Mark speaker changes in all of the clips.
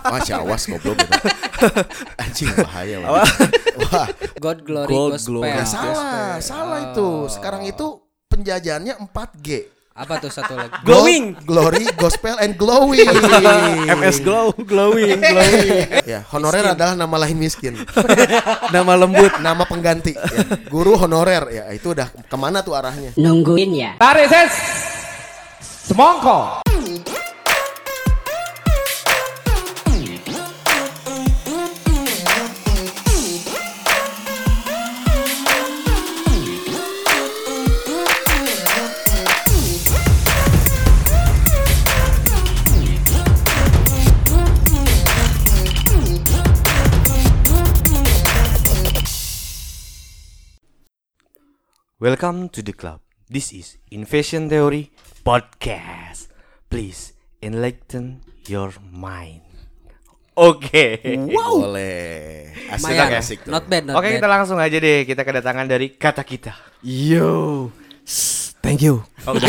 Speaker 1: Wah, si awas goblok gitu. Anjing bahaya. Bang. Wah,
Speaker 2: God Glory
Speaker 3: God
Speaker 2: Gospel. Oh.
Speaker 3: Glory.
Speaker 1: nggak
Speaker 3: Nah,
Speaker 1: salah, salah itu. Sekarang itu penjajahannya 4G.
Speaker 2: Apa tuh satu lagi?
Speaker 3: Glowing.
Speaker 1: God, glory, gospel and glowing.
Speaker 3: MS Glow, glowing, glowing.
Speaker 1: Ya, honorer adalah nama lain miskin.
Speaker 3: Nama lembut.
Speaker 1: Nama pengganti. ya. Guru honorer ya itu udah kemana tuh arahnya?
Speaker 4: Nungguin ya.
Speaker 5: Tarik ses. Semongko.
Speaker 3: Welcome to the club. This is Invasion Theory Podcast. Please enlighten your mind. Oke.
Speaker 1: Eh, Boleh. Asik
Speaker 2: Lumayan.
Speaker 1: asik tuh.
Speaker 2: Not bad, not
Speaker 3: Oke, kita
Speaker 2: bad.
Speaker 3: langsung aja deh. Kita kedatangan dari kata kita.
Speaker 6: Yo, Sss, thank you.
Speaker 3: Oke.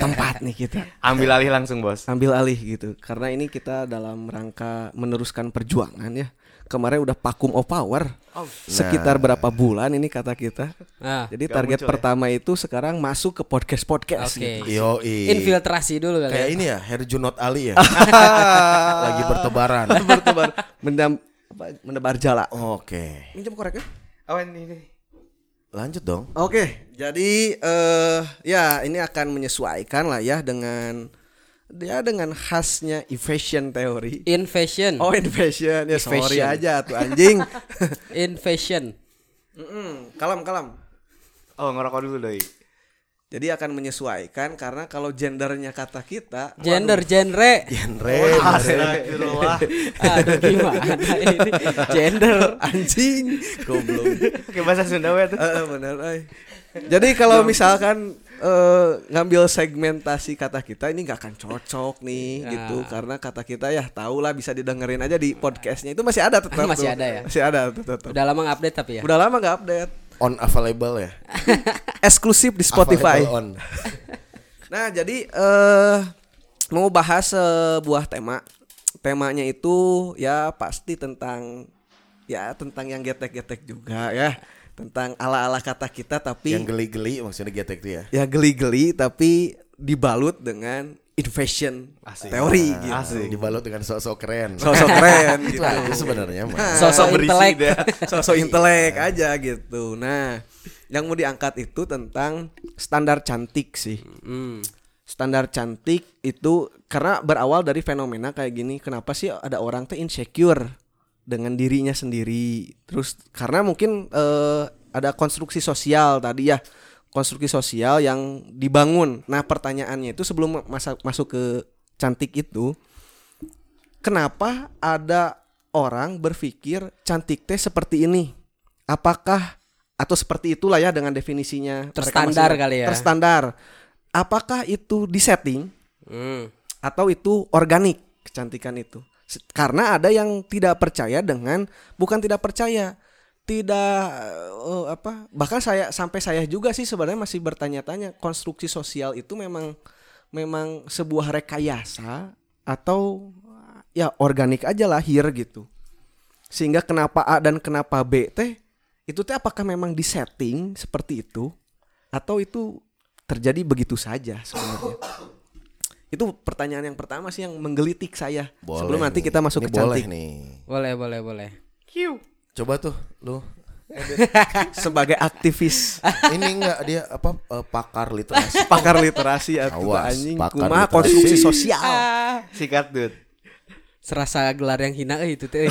Speaker 6: Tempat nih kita
Speaker 3: Ambil alih langsung, Bos.
Speaker 6: ambil alih gitu. Karena ini kita dalam rangka meneruskan perjuangan ya. Kemarin udah vakum of power.
Speaker 3: Oh. Nah.
Speaker 6: Sekitar berapa bulan ini kata kita.
Speaker 2: Nah,
Speaker 6: Jadi
Speaker 3: ya?
Speaker 6: target pertama itu sekarang masuk ke gitu. podcast podcast.
Speaker 2: Oke.
Speaker 1: Yoi.
Speaker 2: Infiltrasi dulu
Speaker 1: Iya.
Speaker 2: kali.
Speaker 1: Kayak
Speaker 2: ya.
Speaker 1: ini ya, Herjunot Ali ya. Lagi bertebaran.
Speaker 6: Bertebar, mendam, apa, menebar jala.
Speaker 1: Oke.
Speaker 6: Minjem
Speaker 3: ya?
Speaker 6: koreknya.
Speaker 1: Lanjut dong.
Speaker 6: Oke, jadi eh ya ini akan menyesuaikan lah ya dengan ya dengan khasnya evasion theory.
Speaker 2: In fashion.
Speaker 1: iya.
Speaker 6: Oh invasion ya sorry
Speaker 2: Invasion.
Speaker 6: aja tuh anjing.
Speaker 2: In fashion.
Speaker 6: Mm-mm, kalam kalam.
Speaker 3: Oh, ngerokok dulu, Doi.
Speaker 6: Jadi akan menyesuaikan karena kalau gendernya kata kita
Speaker 2: Gender, genre.
Speaker 1: Genre.
Speaker 3: Astagfirullah.
Speaker 2: Aduh gimana ini? Gender.
Speaker 6: waduh, anjing goblok.
Speaker 3: Oke, bahasa Sunda we tuh.
Speaker 6: Eh, eh, bener, eh. Jadi kalau misalkan eh, ngambil segmentasi kata kita ini nggak akan cocok nih
Speaker 2: Iya.
Speaker 6: gitu karena kata kita ya tau lah bisa didengerin aja di podcastnya itu masih ada tetap
Speaker 2: Masih
Speaker 6: tuh.
Speaker 2: ada ya?
Speaker 6: masih ada tuh, tetap
Speaker 2: Udah lama update tapi ya.
Speaker 6: udah lama nggak update
Speaker 1: On available ya.
Speaker 6: eksklusif di Spotify
Speaker 1: Available on.
Speaker 6: Nah, jadi eh mau bahas sebuah tema. Temanya itu ya pasti tentang ya tentang yang getek-getek juga ya, tentang ala-ala kata kita
Speaker 1: Yang
Speaker 6: tapi
Speaker 1: geli-geli maksudnya getek tuh ya.
Speaker 6: ya geli-geli tapi dibalut dengan invasion teori gitu.
Speaker 1: Ah, Dibalut dengan sosok keren.
Speaker 6: Sosok keren
Speaker 1: Itu
Speaker 6: gitu. Nah.
Speaker 1: aja sebenarnya mah.
Speaker 2: Sosok
Speaker 3: berisi
Speaker 2: intelek.
Speaker 3: deh.
Speaker 6: Iya, Sosok intelek aja gitu. Nah, yang mau diangkat itu tentang standar cantik sih.
Speaker 2: Hmm.
Speaker 6: standar cantik itu karena berawal dari fenomena kayak gini kenapa sih ada orang tuh insecure dengan dirinya sendiri terus karena mungkin eh, ada konstruksi sosial tadi ya konstruksi sosial yang dibangun nah pertanyaannya itu sebelum masa- masuk ke cantik itu kenapa ada orang berpikir cantik teh seperti ini apakah atau seperti itulah ya dengan definisinya mereka
Speaker 2: Terstandar
Speaker 6: masing-masing.
Speaker 2: kali ya.
Speaker 6: terstandar apakah itu disetting
Speaker 2: Hmm.
Speaker 6: atau itu organik kecantikan itu Se- karena ada yang tidak percaya dengan bukan tidak percaya tidak eh, apa bahkan saya sampai saya juga sih sebenarnya masih bertanya-tanya konstruksi sosial itu memang memang sebuah rekayasa atau ya organik aja lahir gitu sehingga kenapa A dan kenapa B teh itu teh apakah memang disetting seperti itu atau itu terjadi begitu saja sebenarnya itu pertanyaan yang pertama sih yang menggelitik saya
Speaker 1: Boleh
Speaker 6: sebelum nanti
Speaker 1: nih.
Speaker 6: kita masuk
Speaker 1: Ini
Speaker 6: ke cantik
Speaker 1: boleh nih.
Speaker 2: Boleh, boleh, boleh.
Speaker 1: Coba tuh lu.
Speaker 6: sebagai aktivis
Speaker 1: Ini enggak dia apa eh, pakar literasi.
Speaker 6: pakar literasi atau
Speaker 1: Awas,
Speaker 6: anjing
Speaker 1: pakar
Speaker 6: kumaha
Speaker 1: literasi.
Speaker 6: konstruksi sosial
Speaker 1: Ah.
Speaker 3: Sikat, Dut.
Speaker 2: Serasa gelar yang hina eh itu teh.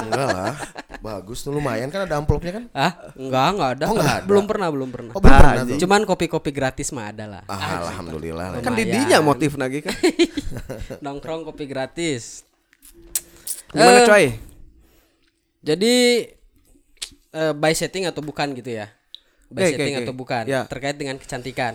Speaker 1: Enggak lah. Bagus tuh lumayan kan ada amplopnya kan?
Speaker 2: Hah? Enggak, enggak ada.
Speaker 1: Oh, nggak ada.
Speaker 2: Belum pernah, belum
Speaker 6: Nah,
Speaker 2: pernah.
Speaker 1: Oh, belum pernah tuh.
Speaker 2: Cuman kopi-kopi gratis mah ada lah.
Speaker 1: Ah, alhamdulillah. lah.
Speaker 6: kan
Speaker 2: Lumayan.
Speaker 6: didinya motif lagi kan
Speaker 2: Nongkrong kopi gratis.
Speaker 6: gimana
Speaker 2: Eh,
Speaker 6: coy
Speaker 2: Jadi eh, by setting atau bukan gitu ya?
Speaker 6: Oke,
Speaker 2: By
Speaker 6: oke,
Speaker 2: setting
Speaker 6: oke.
Speaker 2: atau bukan
Speaker 6: Ya.
Speaker 2: terkait dengan kecantikan.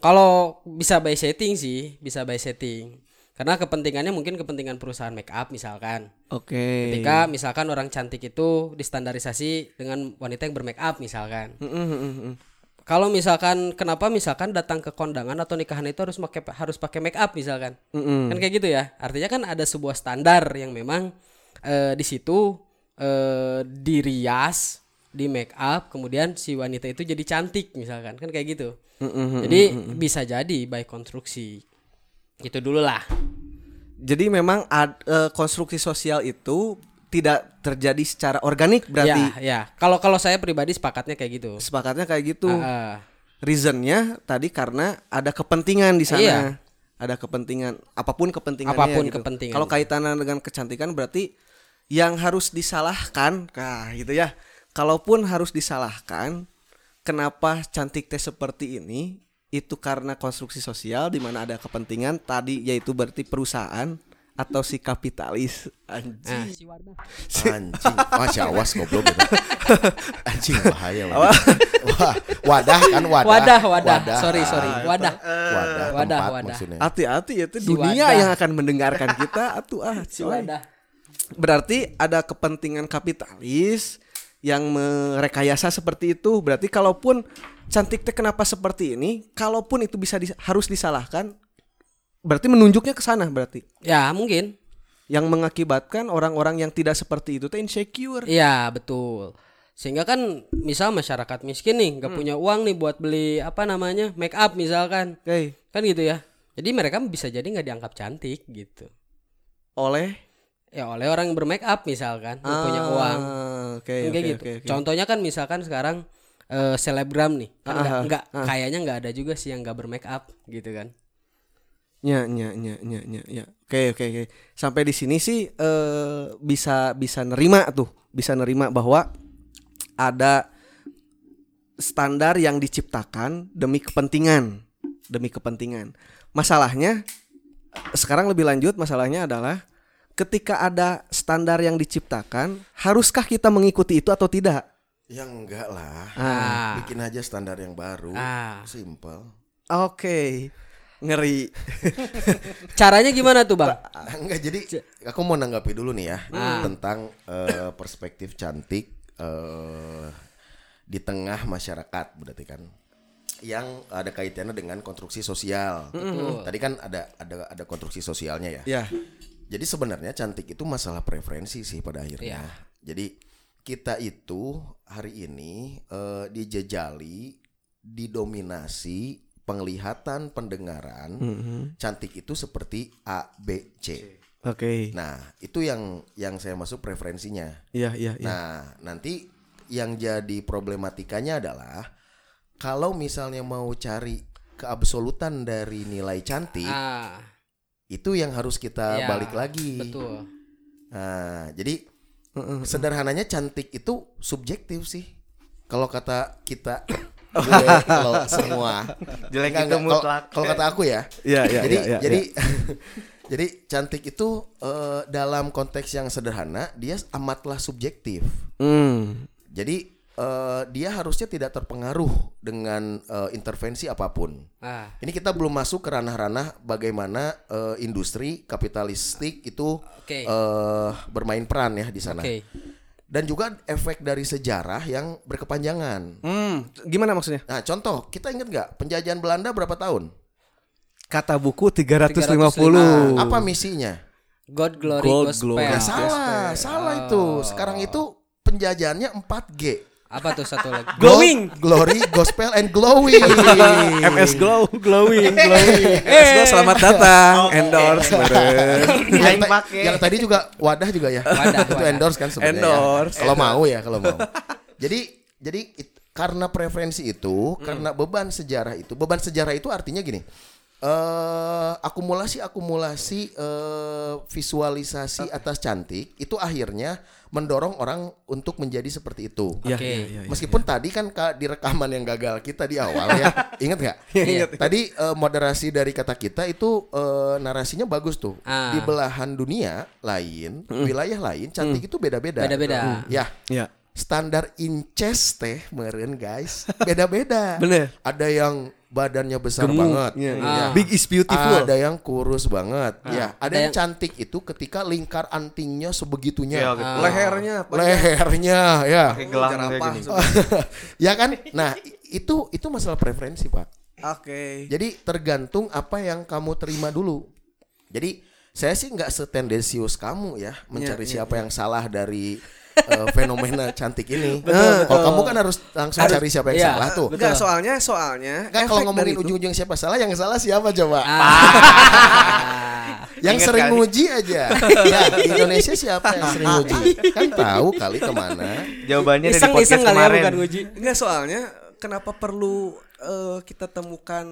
Speaker 2: Kalau bisa by setting sih, bisa by setting. Karena kepentingannya mungkin kepentingan perusahaan make up misalkan.
Speaker 6: oke
Speaker 2: Ketika misalkan orang cantik itu distandarisasi dengan wanita yang bermake up misalkan.
Speaker 6: Mm, mm, mm, mm.
Speaker 2: Kalau misalkan kenapa misalkan datang ke kondangan atau nikahan itu harus pakai harus pakai make up misalkan. Kan kayak gitu ya. Artinya kan ada sebuah standar yang memang eh, di situ eh, dirias, di make up, kemudian si wanita itu jadi cantik misalkan. Kan kayak gitu. Jadi bisa jadi by konstruksi. Itu dulu lah.
Speaker 6: Jadi memang ad- eh, konstruksi sosial itu tidak terjadi secara organik
Speaker 2: Ya,
Speaker 6: berarti.
Speaker 2: ya. Kalau kalau saya pribadi sepakatnya kayak gitu.
Speaker 6: Sepakatnya kayak gitu.
Speaker 2: Ah,
Speaker 6: Reasonnya tadi karena ada kepentingan di sana.
Speaker 2: Iya.
Speaker 6: Ada kepentingan, apapun kepentingannya.
Speaker 2: Apapun
Speaker 6: gitu.
Speaker 2: kepentingan.
Speaker 6: Kalau kaitannya dengan kecantikan berarti yang harus disalahkan, nah gitu ya. Kalaupun harus disalahkan, kenapa cantik teh seperti ini? Itu karena konstruksi sosial di mana ada kepentingan tadi yaitu berarti perusahaan atau si kapitalis. Anjing.
Speaker 2: ah.
Speaker 1: Anjing, wah si awas goblok gitu. Anjing bahaya lah. Wah, wadah kan wadah. Ah, eh,
Speaker 2: Wadah, wadah. Sorry, sorry. Wadah.
Speaker 6: Eh,
Speaker 1: Wadah,
Speaker 2: Wadah,
Speaker 1: tempat
Speaker 2: wadah.
Speaker 1: maksudnya.
Speaker 6: Hati-hati ya, itu
Speaker 2: Si
Speaker 6: dunia
Speaker 2: wadah.
Speaker 6: yang akan mendengarkan kita atuh ah.
Speaker 2: Si
Speaker 6: coy.
Speaker 2: wadah.
Speaker 6: Berarti ada kepentingan kapitalis yang merekayasa seperti itu. Berarti kalaupun cantik teh kenapa seperti ini, kalaupun itu bisa dis- harus disalahkan, berarti menunjuknya ke sana berarti.
Speaker 2: Ya, mungkin.
Speaker 6: Yang mengakibatkan orang-orang yang tidak seperti itu teh insecure.
Speaker 2: Iya betul. Sehingga kan misal masyarakat miskin nih nggak
Speaker 6: Hmm.
Speaker 2: punya uang nih buat beli apa namanya make up misalkan
Speaker 6: Oke,
Speaker 2: kan gitu ya. Jadi mereka bisa jadi nggak dianggap cantik gitu.
Speaker 6: oleh
Speaker 2: Ya oleh orang yang bermake up misalkan nggak punya
Speaker 6: Ah,
Speaker 2: uang
Speaker 6: Oke,
Speaker 2: Kan kayak
Speaker 6: oke,
Speaker 2: gitu.
Speaker 6: oke, oke.
Speaker 2: Contohnya kan misalkan sekarang eh, selebgram nih kan nggak
Speaker 6: Aha,
Speaker 2: nggak- kayaknya nggak ada juga sih yang nggak bermake up gitu kan.
Speaker 6: Ya, ya, ya, ya, ya, ya. Oke, oke, oke. Sampai di sini sih eh, bisa bisa nerima tuh, bisa nerima bahwa ada standar yang diciptakan demi kepentingan, demi kepentingan. Masalahnya eh, sekarang lebih lanjut masalahnya adalah ketika ada standar yang diciptakan, haruskah kita mengikuti itu atau tidak?
Speaker 1: Ya enggak lah.
Speaker 2: Ah.
Speaker 1: Bikin aja standar yang baru.
Speaker 2: Ah.
Speaker 1: Simple.
Speaker 6: Oke. Ngeri.
Speaker 2: Caranya gimana tuh bang?
Speaker 1: Ah, Enggak jadi aku mau nanggapi dulu nih ya
Speaker 2: Hmm.
Speaker 1: tentang eh, perspektif cantik eh, di tengah masyarakat berarti kan yang ada kaitannya dengan konstruksi sosial. Tadi kan ada ada ada konstruksi sosialnya ya.
Speaker 6: Ya.
Speaker 1: Jadi sebenarnya cantik itu masalah preferensi sih pada
Speaker 2: Iya.
Speaker 1: akhirnya. Jadi kita itu hari ini eh, dijejali, didominasi penglihatan, pendengaran, cantik itu seperti A, B, C.
Speaker 6: Oke.
Speaker 1: Nah, itu yang yang saya masuk preferensinya.
Speaker 6: Iya, iya, iya.
Speaker 1: Nah, nanti yang jadi problematikanya adalah kalau misalnya mau cari keabsolutan dari nilai cantik,
Speaker 2: Ah,
Speaker 1: itu yang harus kita
Speaker 2: Ya,
Speaker 1: balik lagi.
Speaker 2: betul.
Speaker 1: Nah, jadi sederhananya cantik itu subjektif sih. Kalau kata kita jelek, kalau semua
Speaker 3: Jelek
Speaker 1: Enggak,
Speaker 3: itu
Speaker 1: enggak. Kalau-
Speaker 3: mutlak.
Speaker 1: Kalau kata aku ya.
Speaker 6: Iya, iya,
Speaker 1: Jadi
Speaker 6: iya, iya,
Speaker 1: jadi jadi cantik itu eh, dalam konteks yang sederhana dia amatlah subjektif.
Speaker 6: Hmm.
Speaker 1: Jadi eh, dia harusnya tidak terpengaruh dengan eh, intervensi apapun.
Speaker 2: Ah,
Speaker 1: Ini kita belum masuk ke ranah-ranah bagaimana eh, industri kapitalistik itu
Speaker 2: Oke.
Speaker 1: eh, bermain peran ya di sana.
Speaker 2: oke.
Speaker 1: Dan juga efek dari sejarah yang berkepanjangan.
Speaker 6: Hmm, gimana maksudnya?
Speaker 1: Nah, contoh, kita ingat nggak penjajahan Belanda berapa tahun?
Speaker 6: Kata buku 350.
Speaker 2: 350.
Speaker 1: Nah, Apa misinya?
Speaker 2: God glory
Speaker 6: God
Speaker 2: gospel.
Speaker 6: glory.
Speaker 1: Nggak salah, salah itu. Sekarang itu penjajahannya 4G.
Speaker 2: Apa tuh satu lagi?
Speaker 1: Glow- glory, gospel, and glowing.
Speaker 6: MS Glow, glowing, glowing. MS Glow selamat datang, endorse, bareng.
Speaker 1: yang,
Speaker 3: Yang
Speaker 1: ta-
Speaker 3: pakai.
Speaker 1: yang tadi juga wadah juga ya.
Speaker 2: Wadah,
Speaker 1: itu
Speaker 2: wadah.
Speaker 1: endorse kan sebenarnya. ya.
Speaker 6: Endorse.
Speaker 1: Kalau mau ya, kalau mau. jadi jadi it- karena preferensi itu, karena beban sejarah itu, beban sejarah itu artinya gini. eh akumulasi akumulasi eh, visualisasi atas cantik itu akhirnya mendorong orang untuk menjadi seperti itu.
Speaker 6: Ya,
Speaker 2: Oke.
Speaker 6: ya, ya, ya.
Speaker 1: Meskipun tadi kan ka- di rekaman yang gagal kita di awal ya, ingat nggak?
Speaker 2: Ingat.
Speaker 1: Tadi eh, moderasi dari kata kita itu eh, narasinya bagus tuh.
Speaker 2: Ah.
Speaker 1: Di belahan dunia lain, wilayah lain, cantik itu beda-beda.
Speaker 2: Beda-beda.
Speaker 1: Ya,
Speaker 6: Ya.
Speaker 1: standar inches teh meren guys, beda-beda.
Speaker 6: Bener.
Speaker 1: Ada yang badannya besar banget.
Speaker 6: Ya, ya.
Speaker 1: Ya.
Speaker 6: Big is beautiful.
Speaker 1: Ada yang kurus banget. Ya, ada,
Speaker 2: Ada
Speaker 1: yang
Speaker 2: yang-
Speaker 1: cantik itu ketika lingkar antingnya sebegitunya. Ah.
Speaker 3: Ya, oke.
Speaker 6: Lehernya
Speaker 1: Lehernya ya.
Speaker 3: Kayak gelang kayak
Speaker 6: Jerapah.
Speaker 3: gini.
Speaker 1: ya kan? Nah, i- itu itu masalah preferensi pak
Speaker 6: Oke.
Speaker 1: jadi tergantung apa yang kamu terima dulu jadi saya sih nggak setendensius kamu ya mencari siapa yang salah dari eh, fenomena cantik ini kalau kamu kan harus langsung cari siapa yang
Speaker 2: iya,
Speaker 1: salah tuh
Speaker 6: Enggak, soalnya soalnya
Speaker 1: Kan kalau
Speaker 6: efek
Speaker 1: ngomongin
Speaker 6: dari itu-
Speaker 1: ujung-ujung siapa salah, yang salah siapa coba?
Speaker 2: Ah,
Speaker 1: yang
Speaker 3: Ingat
Speaker 1: sering
Speaker 3: kali.
Speaker 1: nguji aja. Ya, di Indonesia siapa yang sering nguji? Kan tahu kali kemana.
Speaker 3: Jawabannya dari
Speaker 2: iseng
Speaker 3: podcast
Speaker 2: iseng kali ya
Speaker 3: kemarin.
Speaker 2: bukan uji
Speaker 6: Enggak soalnya kenapa perlu eh, kita temukan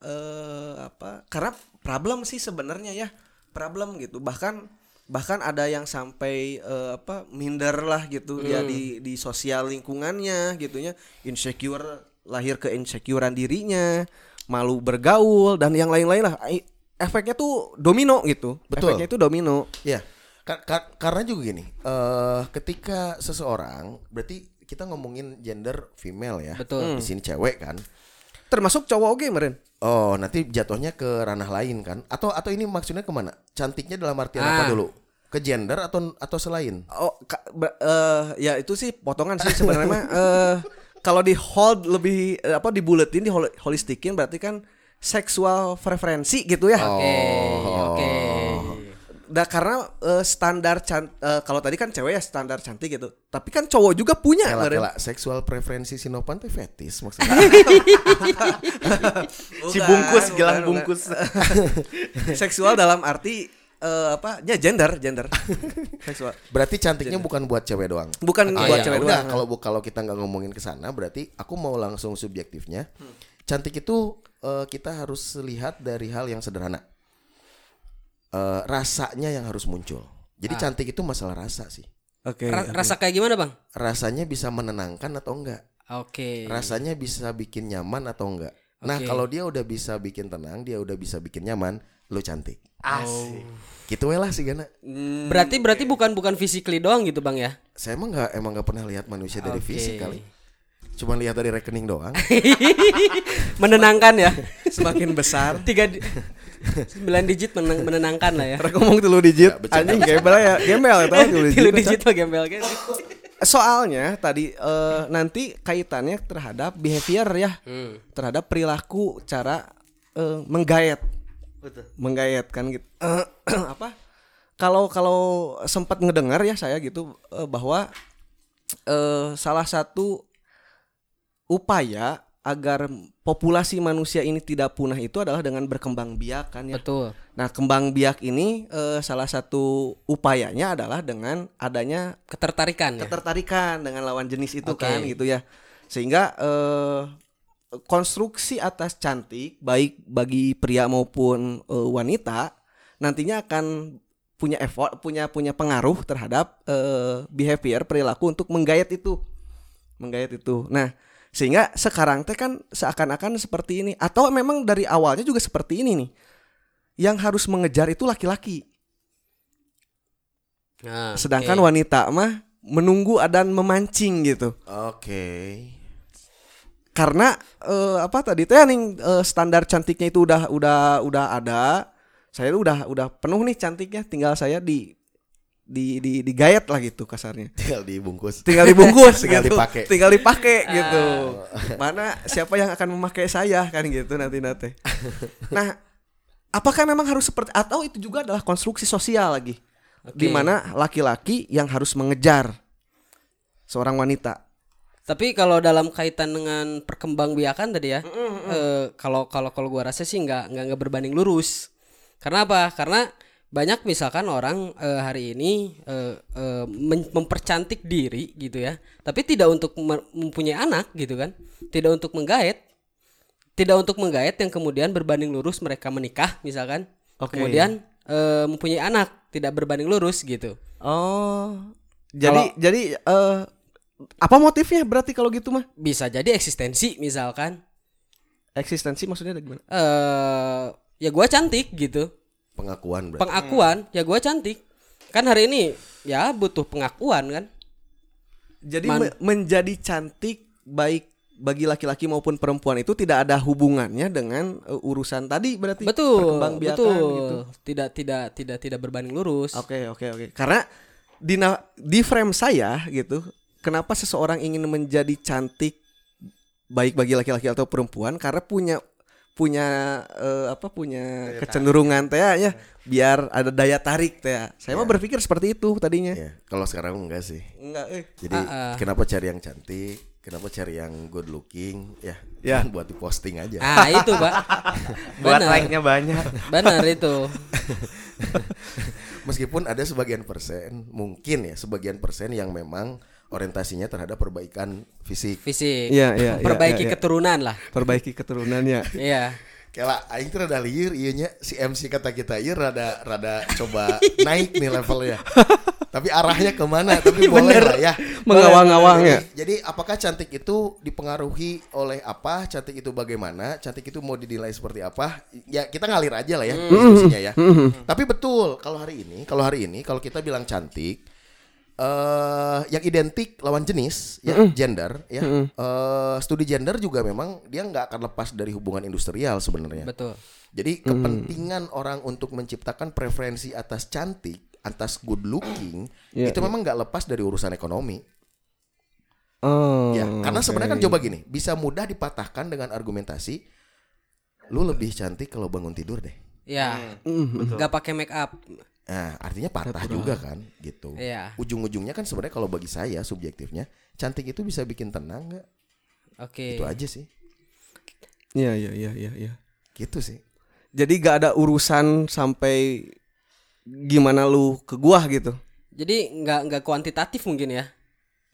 Speaker 6: eh, apa? Karena problem sih sebenarnya ya problem gitu. Bahkan bahkan ada yang sampai eh, apa minder lah gitu ya di di sosial lingkungannya gitunya insecure lahir ke insecurean dirinya malu bergaul dan yang lain-lain lah I- efeknya tuh domino gitu
Speaker 1: Betul.
Speaker 6: efeknya itu domino
Speaker 2: Iya.
Speaker 1: Ya, ka- ka- karena juga gini, eh ketika seseorang, berarti kita ngomongin gender female ya.
Speaker 2: Betul. Hmm.
Speaker 1: Di sini cewek kan.
Speaker 6: termasuk cowok oke meren
Speaker 1: Oh, nanti jatuhnya ke ranah lain kan? Atau atau ini maksudnya kemana? Cantiknya dalam artian apa
Speaker 2: Ah.
Speaker 1: dulu? Ke gender atau atau selain?
Speaker 6: Oh, ka- ber- eh, ya itu sih potongan sih sebenarnya mah. Eh, kalau di hold lebih eh, apa di bulletin di hol- holistikin berarti kan seksual preferensi gitu ya.
Speaker 3: Oh.
Speaker 2: oke
Speaker 6: Oh.
Speaker 2: oke
Speaker 6: Nah, karena eh, standar can- eh, kalau tadi kan cewek ya standar cantik gitu. Tapi kan cowok juga punya
Speaker 1: Kela,
Speaker 6: Maren.
Speaker 1: kela, seksual preferensi Sinopan tuh fetis maksudnya.
Speaker 6: Bukan,
Speaker 3: Si bungkus, gelang
Speaker 6: bukan,
Speaker 3: bungkus.
Speaker 6: bukan. seksual dalam arti eh, apa? Ya gender, gender. seksual.
Speaker 1: Berarti cantiknya bukan buat cewek doang.
Speaker 6: Bukan
Speaker 1: Ah,
Speaker 6: buat
Speaker 3: iya,
Speaker 1: ya,
Speaker 6: Kan cewek
Speaker 1: udah,
Speaker 6: doang.
Speaker 1: Kalau bu- kalau kita nggak ngomongin ke sana, berarti aku mau langsung subjektifnya. Cantik itu eh, kita harus lihat dari hal yang sederhana. Eh, rasanya yang harus muncul. Jadi cantik itu masalah rasa sih.
Speaker 6: Oke.
Speaker 2: Ra- rasa kayak gimana bang
Speaker 1: Rasanya bisa menenangkan atau enggak?
Speaker 2: oke
Speaker 1: Rasanya bisa bikin nyaman atau enggak? Nah,
Speaker 2: Iya. Oke.
Speaker 1: kalau dia udah bisa bikin tenang, dia udah bisa bikin nyaman, lu cantik.
Speaker 3: Asik.
Speaker 1: Gitu we lah sih Gana.
Speaker 2: berarti berarti bukan bukan physically doang gitu bang ya
Speaker 1: Saya emang nggak emang nggak pernah lihat manusia dari
Speaker 2: Oke.
Speaker 1: fisik kali. Cuma lihat dari rekening doang.
Speaker 2: menenangkan ya
Speaker 6: Semakin besar.
Speaker 2: tiga di- sembilan digit menenang- menenangkan lah ya
Speaker 6: Rek ngomong telu
Speaker 3: Iya,
Speaker 6: digit.
Speaker 1: Nggak, bercanda,
Speaker 6: Anjing gembel ya, gembel ya tahu telu
Speaker 2: tiga digit mah gembel kan
Speaker 6: soalnya tadi eh, nanti kaitannya terhadap behavior ya terhadap perilaku cara eh, menggayat menggayat kan gitu Eh, apa kalau kalau sempat ngedengar ya saya gitu eh, bahwa eh, salah satu upaya agar populasi manusia ini tidak punah itu adalah dengan berkembang biak kan ya
Speaker 2: betul
Speaker 6: nah kembang biak ini eh, salah satu upayanya adalah dengan adanya
Speaker 2: ketertarikan ya
Speaker 6: ketertarikan dengan lawan jenis itu
Speaker 2: Oke.
Speaker 6: kan gitu ya sehingga eh, konstruksi atas cantik baik bagi pria maupun eh, wanita nantinya akan punya effort punya punya pengaruh terhadap eh, behavior perilaku untuk menggayat itu menggayat itu nah sehingga sekarang teh kan seakan-akan seperti ini atau memang dari awalnya juga seperti ini nih yang harus mengejar itu laki-laki
Speaker 2: Nah,
Speaker 6: sedangkan
Speaker 2: oke.
Speaker 6: wanita mah menunggu dan memancing gitu
Speaker 1: Oke.
Speaker 6: karena eh, apa tadi teh nih eh, standar cantiknya itu udah udah udah ada saya udah udah penuh nih cantiknya tinggal saya di di di digayat lah gitu kasarnya
Speaker 1: Tinggal dibungkus.
Speaker 6: tinggal dibungkus
Speaker 1: Tinggal
Speaker 6: gitu.
Speaker 1: dipakai. Ah.
Speaker 6: tinggal dipakai gitu mana siapa yang akan memakai saya kan gitu nanti nanti nah apakah memang harus seperti atau itu juga adalah konstruksi sosial lagi
Speaker 2: Oke.
Speaker 6: di mana laki-laki yang harus mengejar seorang wanita
Speaker 2: Tapi kalau dalam kaitan dengan perkembangbiakan tadi ya, eh, kalau kalau kalau gua rasa sih nggak nggak nggak berbanding lurus. Karena apa? Karena banyak misalkan orang eh, hari ini eh, eh, men- mempercantik diri gitu ya, tapi tidak untuk me- mempunyai anak gitu kan, tidak untuk menggaet, tidak untuk menggaet yang kemudian berbanding lurus mereka menikah misalkan,
Speaker 6: Oke.
Speaker 2: kemudian eh, mempunyai anak tidak berbanding lurus gitu.
Speaker 6: Oh. Jadi jadi eh, apa motifnya berarti kalau gitu mah?
Speaker 2: Bisa jadi eksistensi misalkan.
Speaker 6: Eksistensi maksudnya ada gimana?
Speaker 2: eh ya gua cantik gitu
Speaker 1: Pengakuan berarti.
Speaker 2: pengakuan ya gua cantik kan hari ini ya butuh pengakuan kan
Speaker 6: Jadi
Speaker 2: Man-
Speaker 6: me- menjadi cantik baik bagi laki-laki maupun perempuan itu tidak ada hubungannya dengan eh, urusan tadi berarti
Speaker 2: betul
Speaker 6: perkembangbiakan
Speaker 2: betul
Speaker 6: gitu.
Speaker 2: tidak tidak tidak tidak berbanding lurus
Speaker 6: Oke, oke, oke. Karena di na- di frame saya gitu, kenapa seseorang ingin menjadi cantik baik bagi laki-laki atau perempuan karena punya punya eh, apa punya kecenderungan teh ya biar ada daya tarik teh. Saya mah berpikir seperti itu tadinya.
Speaker 1: Ya, kalau sekarang enggak sih.
Speaker 6: Enggak eh.
Speaker 1: Jadi kenapa cari yang cantik? Kenapa cari yang good looking? Ya,
Speaker 6: Ya.
Speaker 1: buat diposting aja.
Speaker 2: Ah itu pak.
Speaker 3: Buat
Speaker 2: Benar.
Speaker 3: like-nya banyak.
Speaker 2: Benar itu.
Speaker 1: Meskipun ada sebagian persen, mungkin ya sebagian persen yang memang orientasinya terhadap perbaikan fisik.
Speaker 2: Fisik.
Speaker 6: Iya, iya, iya, iya,
Speaker 2: Perbaiki
Speaker 6: iya.
Speaker 2: keturunan lah.
Speaker 6: Perbaiki keturunannya.
Speaker 2: Iya.
Speaker 1: Kela, aing teh rada liur ieu nya si MC kata kita ieu rada rada coba naik nih levelnya. Tapi arahnya kemana? Tapi boleh
Speaker 6: Bener.
Speaker 1: lah ya.
Speaker 6: Mengawang-awang ya.
Speaker 1: Jadi, jadi apakah cantik itu dipengaruhi oleh apa? Cantik itu bagaimana? Cantik itu mau dinilai seperti apa? Ya kita ngalir aja lah ya diskusinya ya. Tapi betul kalau hari ini, kalau hari ini kalau kita bilang cantik eh yang identik lawan jenis ya gender ya. Eh, studi gender juga memang dia nggak akan lepas dari hubungan industrial
Speaker 6: Iya.
Speaker 1: sebenarnya.
Speaker 2: Betul.
Speaker 1: Jadi kepentingan orang untuk menciptakan preferensi atas cantik, atas good looking
Speaker 6: Iya,
Speaker 1: itu memang nggak lepas dari urusan ekonomi.
Speaker 6: Oh.
Speaker 1: Ya,
Speaker 2: Hmm,
Speaker 1: karena sebenarnya kan
Speaker 6: oke.
Speaker 1: coba gini, bisa mudah dipatahkan dengan argumentasi lu lebih cantik kalau bangun tidur deh.
Speaker 2: Ya.
Speaker 6: Mm.
Speaker 2: Gak pakai make up.
Speaker 1: Nah, artinya patah juga kan gitu.
Speaker 2: Iya.
Speaker 1: Ujung-ujungnya kan sebenarnya kalau bagi saya subjektifnya, cantik itu bisa bikin tenang nggak?
Speaker 2: Oke.
Speaker 1: Itu aja sih.
Speaker 6: Iya, iya, iya, iya, iya.
Speaker 1: Gitu sih.
Speaker 6: Jadi gak ada urusan sampai gimana lu ke gua gitu.
Speaker 2: Jadi nggak nggak kuantitatif mungkin ya.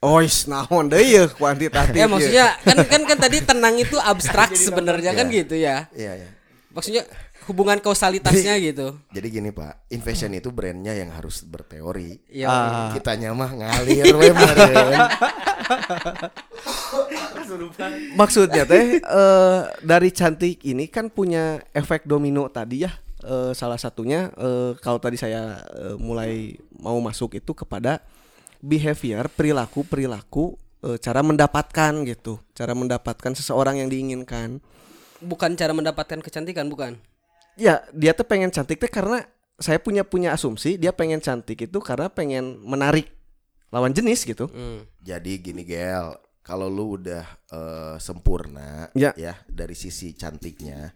Speaker 6: Ois, naon deh ya kuantitatif.
Speaker 2: Ya maksudnya kan kan kan tadi tenang itu abstrak sebenarnya kan gitu ya.
Speaker 1: Iya, ya.
Speaker 2: Maksudnya hubungan kausalitasnya gitu.
Speaker 1: Jadi gini Pak, invasion itu brandnya yang harus berteori.
Speaker 2: Iya.
Speaker 1: Kita nyamah ngalir we meren.
Speaker 6: Maksudnya teh eh, dari cantik ini kan punya efek domino tadi ya. Eh, salah satunya eh, kalau tadi saya eh, mulai mau masuk itu kepada behavior perilaku perilaku eh, cara mendapatkan gitu, cara mendapatkan seseorang yang diinginkan.
Speaker 2: Bukan cara mendapatkan kecantikan bukan.
Speaker 6: Ya dia tuh pengen cantik teh karena saya punya punya asumsi dia pengen cantik itu karena pengen menarik lawan jenis gitu.
Speaker 2: Hmm.
Speaker 1: Jadi gini Gel, kalau lu udah eh, sempurna
Speaker 6: Ya.
Speaker 1: dari sisi cantiknya,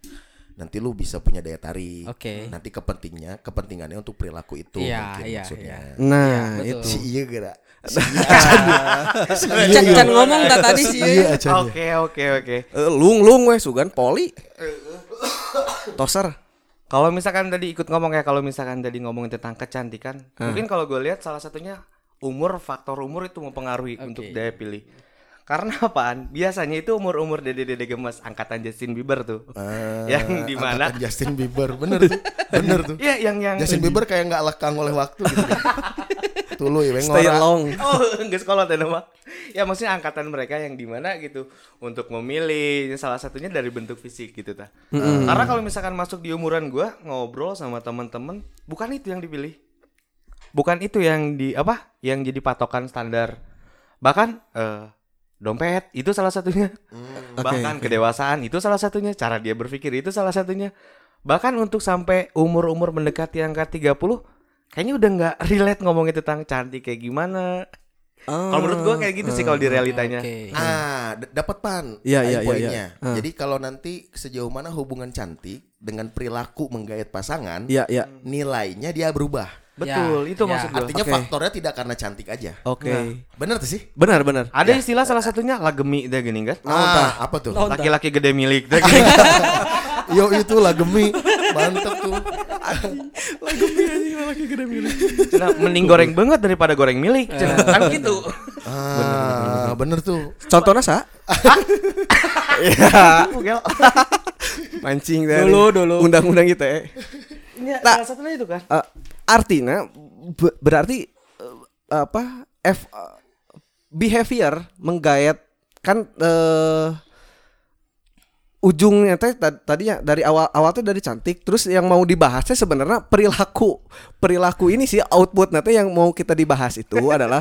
Speaker 1: nanti lu bisa punya daya tarik.
Speaker 2: Oke.
Speaker 1: Nanti kepentingnya kepentingannya untuk perilaku itu
Speaker 2: Iya,
Speaker 1: mungkin
Speaker 2: iya,
Speaker 1: maksudnya.
Speaker 6: Nah
Speaker 2: Iya, betul.
Speaker 1: Si iya gerak. Si
Speaker 2: Can, can ngomong tak tadi sih. ya.
Speaker 1: iya Can.
Speaker 3: Oke, oke, oke.
Speaker 6: Eh, lung lung weh sugan
Speaker 2: Eh,
Speaker 6: poli toser
Speaker 3: Kalau misalkan tadi ikut ngomong ya, kalau misalkan tadi ngomongin tentang kecantikan, mungkin kalau gue lihat salah satunya umur, faktor umur itu mempengaruhi untuk daya pilih. Karena apaan? Biasanya itu umur-umur dede-dede gemes angkatan Justin Bieber tuh. yang di mana?
Speaker 1: Ah, Angkatan Justin Bieber bener tuh bener tuh
Speaker 3: Iya, yang yang
Speaker 1: Justin Bieber kayak nggak lekang oleh waktu gitu kan. Tuluy we
Speaker 6: stay
Speaker 1: ngora.
Speaker 6: long
Speaker 3: Oh, enggak sekolah tanda mah. Ya maksudnya angkatan mereka yang di mana gitu untuk memilih salah satunya dari bentuk fisik gitu ta. Karena kalau misalkan masuk di umuran gua ngobrol sama teman-teman, bukan itu yang dipilih. Bukan itu yang di apa? Yang jadi patokan standar. Bahkan eh, dompet itu salah satunya. Bahkan kedewasaan itu salah satunya, cara dia berpikir itu salah satunya. Bahkan untuk sampai umur-umur mendekati angka 30 kayaknya udah nggak relate ngomongin tentang cantik kayak gimana. Kalau menurut gua kayak gitu sih kalau di realitanya.
Speaker 2: Oh, Oke.
Speaker 1: Ah, d- dapat pan.
Speaker 6: Iya,
Speaker 1: Aing
Speaker 6: iya, iya,
Speaker 1: poinnya.
Speaker 6: iya. Ah.
Speaker 1: Jadi kalau nanti sejauh mana hubungan cantik dengan perilaku menggait pasangan,
Speaker 6: ya ya
Speaker 1: Hmm. nilainya dia berubah.
Speaker 3: Betul,
Speaker 2: Ya,
Speaker 3: itu
Speaker 2: ya.
Speaker 3: maksud gua. Nah,
Speaker 1: Artinya
Speaker 6: Oke. Oh.
Speaker 1: faktornya tidak karena cantik aja.
Speaker 6: oke
Speaker 1: Bener tuh sih?
Speaker 6: benar benar
Speaker 2: Ya.
Speaker 3: Ada istilah salah satunya lagemi deh gini kan.
Speaker 1: Ah, apa tuh?
Speaker 2: Naon tah?
Speaker 3: Laki-laki gede milik deh kan? gini.
Speaker 1: Yo itu lagemi, mantep tuh.
Speaker 3: Cenah, Nah, mending goreng banget daripada goreng milik.
Speaker 2: Eh.
Speaker 3: Cenah, Kan gitu.
Speaker 1: Ah, bener tuh.
Speaker 6: contohnya sa
Speaker 3: Gel.
Speaker 6: mancing teh
Speaker 2: Dulu, dulu.
Speaker 6: undang-undang kita eh.
Speaker 3: Iya,
Speaker 6: Tak.
Speaker 3: Salah satunya itu kan.
Speaker 6: Eh, artinya be- berarti eh, apa F eh, behavior menggayat kan eh ujungnya teh ta- tadinya dari awal awal tuh dari cantik terus yang mau dibahasnya sebenarnya perilaku perilaku ini sih output nanti yang mau kita dibahas itu adalah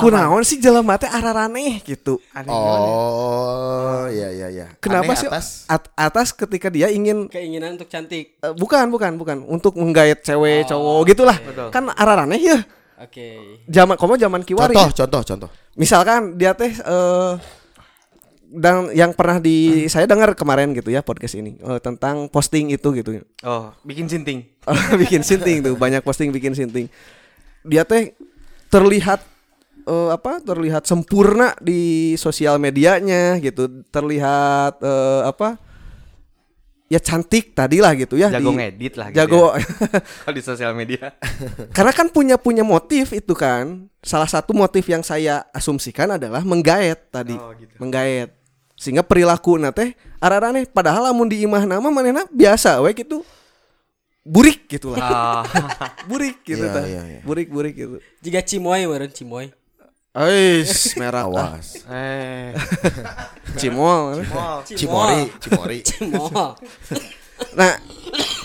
Speaker 6: kunaon sih jelema teh araraneh gitu
Speaker 1: Oh, ya ya ya.
Speaker 6: kenapa
Speaker 1: Aneh
Speaker 6: sih
Speaker 1: atas?
Speaker 6: at- atas ketika dia ingin
Speaker 2: Keinginan untuk cantik.
Speaker 6: Eh, bukan bukan bukan untuk menggait cewek
Speaker 1: Oh,
Speaker 6: cowok gitulah
Speaker 1: iya,
Speaker 6: kan araraneh ya
Speaker 2: Oke.
Speaker 6: zaman komo zaman kiwari
Speaker 1: Contoh, contoh, contoh.
Speaker 6: misalkan dia teh eh dan yang pernah di saya dengar kemarin gitu ya podcast ini eh, tentang posting itu gitu.
Speaker 3: Oh, bikin sinting.
Speaker 6: bikin sinting tuh, banyak posting bikin sinting. Dia teh terlihat eh, apa? Terlihat sempurna di sosial medianya gitu. Terlihat eh, apa? Ya cantik tadi lah gitu ya.
Speaker 3: Jago
Speaker 6: di-
Speaker 3: ngedit lah gitu
Speaker 6: Jago
Speaker 3: Kalau di sosial media.
Speaker 6: Karena kan punya punya motif itu kan. Salah satu motif yang saya asumsikan adalah menggaet tadi.
Speaker 3: Oh, gitu.
Speaker 6: Menggaet. Sehingga perilaku na teh arah aneh padahal lamun di imah nama manehna biasa we gitu. Burik gitu lah.
Speaker 3: Ah,
Speaker 6: burik gitu
Speaker 1: Iya,
Speaker 6: tah.
Speaker 1: iya, iya.
Speaker 6: Burik burik gitu.
Speaker 2: Jika cimoy meren cimoy.
Speaker 6: Ais, merah ah.
Speaker 1: Awas.
Speaker 3: eh.
Speaker 6: Cimol.
Speaker 3: Wow.
Speaker 1: Cimori, Cimori.
Speaker 2: Cimol.
Speaker 6: Nah,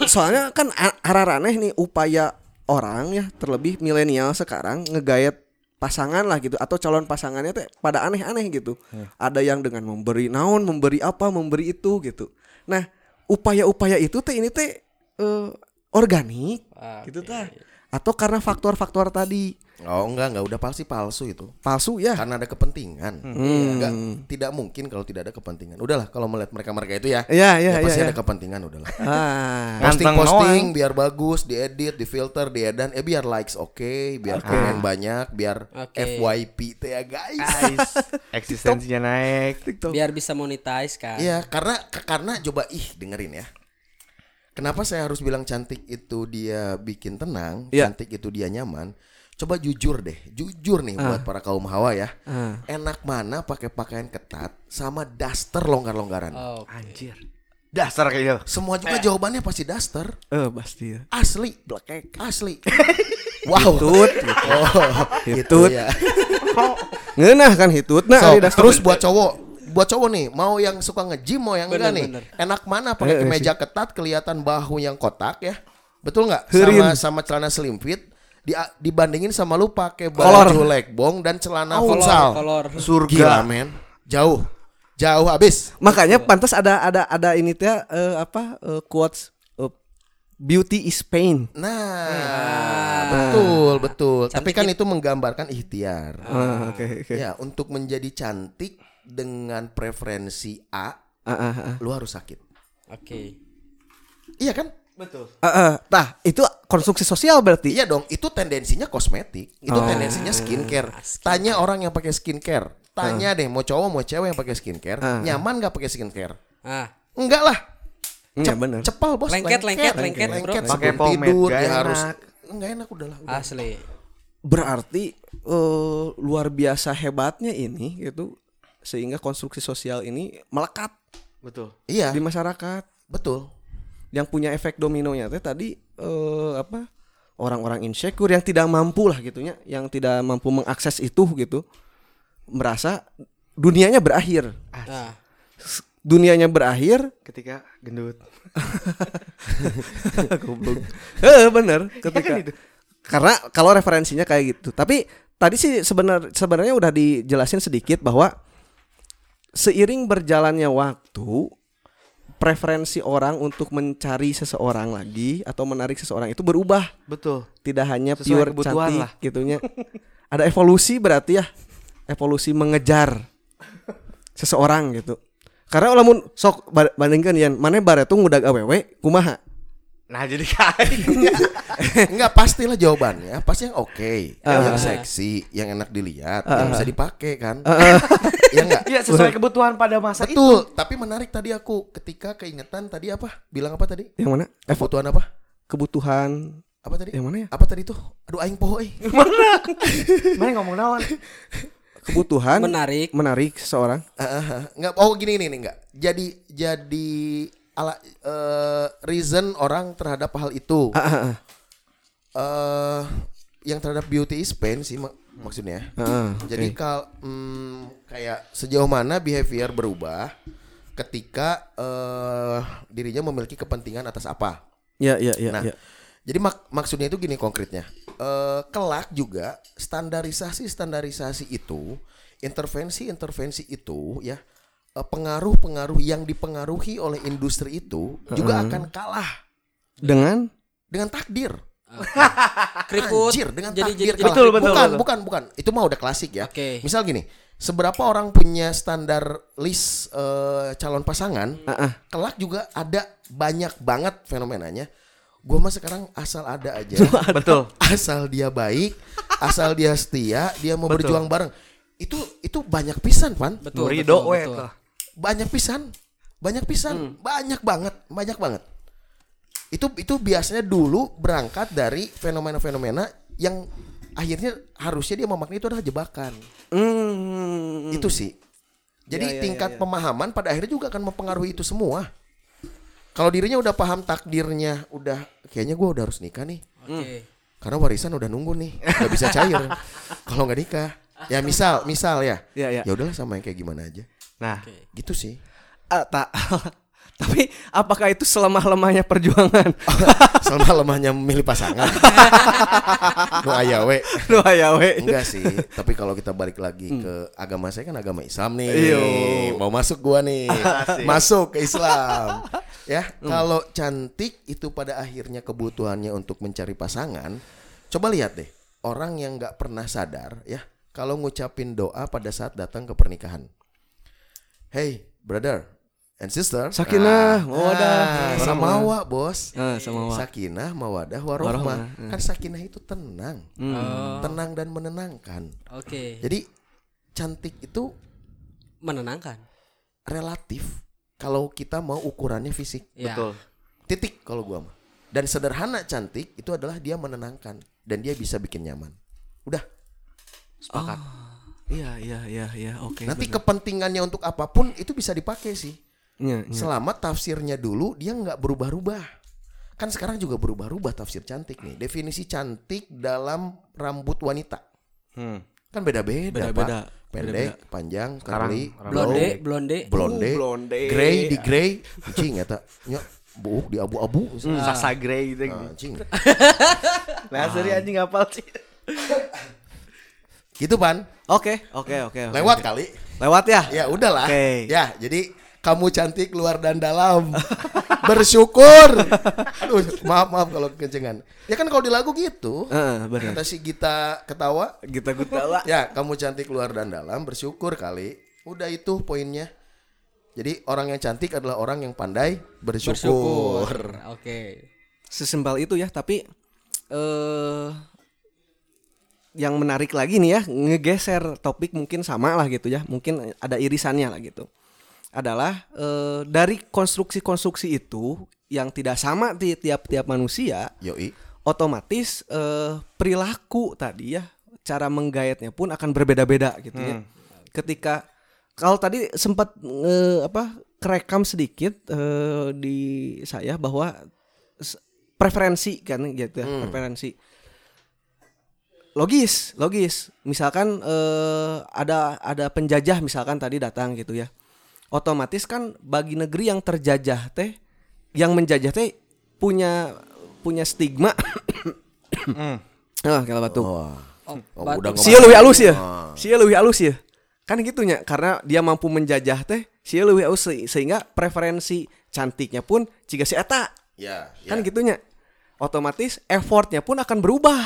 Speaker 6: soalnya kan a- araraneh nih upaya orang ya terlebih milenial sekarang ngegayat pasangan lah gitu atau calon pasangannya teh pada aneh-aneh gitu. Ada yang dengan memberi naon, memberi apa, memberi itu gitu. Nah, upaya-upaya itu teh ini teh eh, organik
Speaker 2: Ah,
Speaker 6: gitu tah. Atau karena faktor-faktor tadi
Speaker 1: Oh enggak, enggak udah pasti palsu itu.
Speaker 6: palsu ya.
Speaker 1: Karena ada kepentingan.
Speaker 6: Hmm.
Speaker 1: Iya, Enggak, tidak mungkin kalau tidak ada kepentingan. Udahlah kalau melihat mereka-mereka itu ya.
Speaker 6: Iya, iya,
Speaker 1: ya
Speaker 6: iya.
Speaker 1: pasti
Speaker 6: iya.
Speaker 1: ada kepentingan udahlah.
Speaker 3: Nganteng
Speaker 6: Ah.
Speaker 1: Posting-posting biar bagus, diedit, difilter, diedan, eh biar likes oke, biar komen banyak, biar
Speaker 2: Oke.
Speaker 1: FYP teh ya guys.
Speaker 3: Guys, eksistensinya naik.
Speaker 6: TikTok.
Speaker 2: Biar bisa monetize kan.
Speaker 1: Iya, karena karena coba ih dengerin ya. Kenapa saya harus bilang cantik itu dia bikin tenang,
Speaker 6: Iya.
Speaker 1: cantik itu dia nyaman? Coba jujur deh, jujur nih buat para kaum hawa ya. Enak mana pakai pakaian ketat sama daster longgar-longgaran?
Speaker 2: Oh.
Speaker 3: Anjir. Dasar gitu. kayaknya.
Speaker 1: Semua juga jawabannya pasti daster.
Speaker 6: Eh, pasti ya.
Speaker 1: Asli, blekek. Asli. wow.
Speaker 6: Tut.
Speaker 1: Oh, gitu
Speaker 6: Hitut.
Speaker 1: ya.
Speaker 6: Ngeunah kan hitut nah
Speaker 1: So,
Speaker 6: ari dasar.
Speaker 1: terus buat cowok buat cowok nih mau yang suka nge-gym mau yang enggak nih
Speaker 2: Bener,
Speaker 1: enak mana pakai
Speaker 6: Eh, eh,
Speaker 1: kemeja ketat kelihatan bahu yang kotak ya betul nggak sama
Speaker 6: Heureun.
Speaker 1: sama celana slim fit di- dibandingin sama lu pakai
Speaker 6: Kolor.
Speaker 1: baju legbong dan celana
Speaker 2: Kolor,
Speaker 1: futsal
Speaker 2: kolor.
Speaker 1: gila men jauh jauh habis
Speaker 6: Makanya pantas ada ada ada ini teh eh, apa eh, quotes eh, beauty is pain.
Speaker 1: nah betul betul tapi
Speaker 2: Cantik
Speaker 1: kan itu menggambarkan ikhtiar
Speaker 6: Ah, Oke oke.
Speaker 1: ya untuk menjadi cantik dengan preferensi A
Speaker 6: Ah, ah, ah.
Speaker 1: lu harus sakit
Speaker 2: Oke.
Speaker 1: iya kan
Speaker 3: Betul.
Speaker 6: Ah, ah. Tah, itu konstruksi sosial berarti.
Speaker 1: Iya dong, itu tendensinya kosmetik, itu tendensinya skincare. Tanya orang yang pakai skincare, tanya deh mau cowok mau cewek yang pakai skincare, nyaman nggak pakai skincare?
Speaker 2: Ah,
Speaker 1: Enggak lah,
Speaker 6: Iya benar.
Speaker 1: cepal bos.
Speaker 2: Lengket, lengket, lengket,
Speaker 1: lengket.
Speaker 2: bro.
Speaker 1: sebelum
Speaker 3: Pakai pomade,
Speaker 1: tidur
Speaker 3: nggak
Speaker 1: ya
Speaker 3: enak.
Speaker 1: harus. Enggak enak udahlah. Udah.
Speaker 2: asli.
Speaker 6: Berarti eh, luar biasa hebatnya ini gitu sehingga konstruksi sosial ini melekat
Speaker 3: Betul.
Speaker 1: Iya,
Speaker 6: di masyarakat
Speaker 1: betul.
Speaker 6: yang punya efek dominonya teh tadi eh, apa orang-orang insecure yang tidak mampu lah gitunya yang tidak mampu mengakses itu gitu merasa dunianya berakhir
Speaker 2: Nah,
Speaker 6: dunianya berakhir
Speaker 3: Ketika gendut.
Speaker 6: goblok Heeh, eh, bener ketika
Speaker 3: kan itu.
Speaker 6: karena kalau referensinya kayak gitu tapi tadi sih sebenar sebenarnya udah dijelasin sedikit bahwa seiring berjalannya waktu preferensi orang untuk mencari seseorang lagi atau menarik seseorang itu berubah
Speaker 3: Betul.
Speaker 6: tidak hanya
Speaker 3: Sesuai
Speaker 6: pure
Speaker 3: kebutuhan
Speaker 6: cantik
Speaker 3: lah.
Speaker 6: gitunya ada evolusi berarti ya evolusi mengejar seseorang gitu karena lamun sok ba- bandingkan yan mana baretung udah awewe kumaha
Speaker 3: Nah, jadi kayak
Speaker 1: Enggak pastilah jawabannya, pasti yang oke, yang seksi, yang enak dilihat, yang bisa dipakai kan. Iya enggak?
Speaker 3: Iya, sesuai kebutuhan pada masa itu.
Speaker 1: Betul, tapi menarik tadi aku ketika keingetan tadi apa? Bilang apa tadi?
Speaker 6: yang mana Evo-
Speaker 1: Kebutuhan apa?
Speaker 6: kebutuhan
Speaker 1: Apa tadi?
Speaker 6: yang mana ya
Speaker 1: apa tadi tuh? Aduh aing poho eh. euy.
Speaker 3: Mana ngomong naon?
Speaker 6: kebutuhan
Speaker 2: menarik.
Speaker 6: menarik seseorang
Speaker 1: Ah, nggak oh gini nih nggak jadi jadi ala eh, reason orang terhadap hal itu
Speaker 6: Ah,
Speaker 1: eh yang terhadap beauty is pain sih mak- maksudnya
Speaker 6: Ah,
Speaker 1: jadi kalau kayak sejauh mana behavior berubah ketika eh, dirinya memiliki kepentingan atas apa
Speaker 6: ya ya ya,
Speaker 1: Nah,
Speaker 3: Iya.
Speaker 6: ya.
Speaker 1: jadi mak- maksudnya itu gini konkretnya. Eh, kelak juga standarisasi-standarisasi itu, intervensi-intervensi itu ya, eh, pengaruh-pengaruh yang dipengaruhi oleh industri itu juga akan kalah
Speaker 6: dengan
Speaker 1: dengan takdir.
Speaker 2: Keriput.
Speaker 1: Anjir, dengan
Speaker 2: jadi
Speaker 1: takdir
Speaker 2: jadi,
Speaker 1: kalah.
Speaker 3: Betul, betul,
Speaker 1: bukan,
Speaker 3: betul.
Speaker 1: bukan, bukan. Itu mah udah klasik ya.
Speaker 2: Oke.
Speaker 1: Misal gini, seberapa orang punya standar list eh, calon pasangan, kelak juga ada banyak banget fenomenanya. Gua mah sekarang asal ada aja.
Speaker 3: Betul.
Speaker 1: asal dia baik, asal dia setia, dia mau berjuang bareng. Itu itu banyak pisan, Pan.
Speaker 2: Betul.
Speaker 3: Ridho
Speaker 2: betul,
Speaker 3: we
Speaker 2: betul.
Speaker 3: tah.
Speaker 1: Banyak pisan. Banyak pisan. Banyak banget, banyak banget. Itu itu biasanya dulu berangkat dari fenomena-fenomena yang akhirnya harusnya dia memaknai itu adalah jebakan.
Speaker 6: Hmm.
Speaker 1: Itu sih. Jadi tingkat pemahaman pada akhirnya juga akan mempengaruhi itu semua. Kalau dirinya udah paham takdirnya, udah kayaknya gua udah harus nikah nih.
Speaker 2: Oke.
Speaker 1: Karena warisan udah nunggu nih, nggak bisa cair. Kalau nggak nikah, ya misal, misal ya,
Speaker 6: Iya, iya.
Speaker 1: ya udahlah sama yang kayak gimana aja,
Speaker 3: Nah,
Speaker 1: gitu sih.
Speaker 6: Ah, tak. Tapi apakah itu selemah-lemahnya perjuangan?
Speaker 1: Selama lemahnya memilih pasangan. Nu aya we.
Speaker 6: Doa ya we.
Speaker 1: Enggak sih, tapi kalau kita balik lagi ke agama saya kan agama Islam nih.
Speaker 6: Hmm. Iyo.
Speaker 1: Mau masuk gua nih. masuk ke Islam. Ya,
Speaker 6: Hmm.
Speaker 1: kalau cantik itu pada akhirnya kebutuhannya untuk mencari pasangan. Coba lihat deh, orang yang nggak pernah sadar ya, kalau ngucapin doa pada saat datang ke pernikahan. Hey, brother and sister.
Speaker 6: Sakinah, mawadah.
Speaker 1: Ah, samawa, Bos.
Speaker 6: Ah, samawa.
Speaker 1: Sakinah, mawadah, warohmah. Kan sakinah itu tenang. Tenang dan menenangkan.
Speaker 2: Oke.
Speaker 1: Jadi cantik itu
Speaker 2: Menenangkan.
Speaker 1: relatif kalau kita mau ukurannya fisik.
Speaker 2: Ya.
Speaker 3: betul.
Speaker 1: Titik kalau gua mah. Dan sederhana cantik itu adalah dia menenangkan dan dia bisa bikin nyaman. Udah,
Speaker 3: Sepakat.
Speaker 6: Iya, iya, iya, iya. Oke.
Speaker 1: nanti kepentingannya untuk apapun itu bisa dipakai sih.
Speaker 6: Iya, iya.
Speaker 1: Selama tafsirnya dulu dia nggak berubah-ubah. Kan sekarang juga berubah-ubah tafsir cantik nih. Definisi cantik dalam rambut wanita.
Speaker 3: Hmm.
Speaker 1: Kan beda-beda,
Speaker 6: Beda-beda.
Speaker 1: Pak. Pendek, panjang, curly,
Speaker 2: Blonde,
Speaker 1: blow.
Speaker 2: blonde.
Speaker 1: blonde,
Speaker 6: Uh, blonde.
Speaker 1: grey di grey, cing eta nya buuk di abu-abu.
Speaker 3: Hmm,
Speaker 6: Hmm.
Speaker 3: Sasa Grey gitu.
Speaker 1: Ah, cing.
Speaker 3: Nah, sorry anjing hafal sih.
Speaker 1: Gitu pan,
Speaker 6: Oke, oke, oke. oke.
Speaker 1: lewat kali.
Speaker 6: Lewat ya?
Speaker 1: Ya udahlah.
Speaker 6: Oke.
Speaker 1: Ya, jadi kamu cantik luar dan dalam. Bersyukur. Aduh, maaf maaf kalau kencengan. Ya kan kalau di lagu gitu.
Speaker 6: Heeh, benar.
Speaker 1: Kata si Gita ketawa,
Speaker 6: Kita gutawa.
Speaker 1: ya kamu cantik luar dan dalam, bersyukur kali. Udah itu poinnya. Jadi orang yang cantik adalah orang yang pandai bersyukur.
Speaker 2: Syukur. Oke.
Speaker 6: sesimpel itu ya tapi eh yang menarik lagi nih ya ngegeser topik mungkin sama lah gitu ya mungkin ada irisannya lah gitu adalah eh dari konstruksi-konstruksi itu yang tidak sama di tiap-tiap manusia
Speaker 1: Yoi.
Speaker 6: otomatis eh, perilaku tadi ya cara menggaetnya pun akan berbeda-beda gitu ya ketika kalau tadi sempat eh, apa kerekam sedikit eh, di saya bahwa s- preferensi kan gitu ya preferensi logis logis misalkan eh, ada ada penjajah misalkan tadi datang gitu ya otomatis kan bagi negeri yang terjajah teh yang menjajah teh punya punya stigma ah kalau batu
Speaker 1: Wah.
Speaker 2: Oh,
Speaker 1: Oh,
Speaker 2: batu.
Speaker 1: udah ngomong.
Speaker 6: Sia lebih halus ya. Sia lebih halus ya. Kan gitunya karena dia mampu menjajah teh, sia lebih halus se- sehingga preferensi cantiknya pun jika si eta.
Speaker 1: Ya,
Speaker 6: Kan
Speaker 1: ya.
Speaker 6: gitunya. Otomatis effortnya pun akan berubah.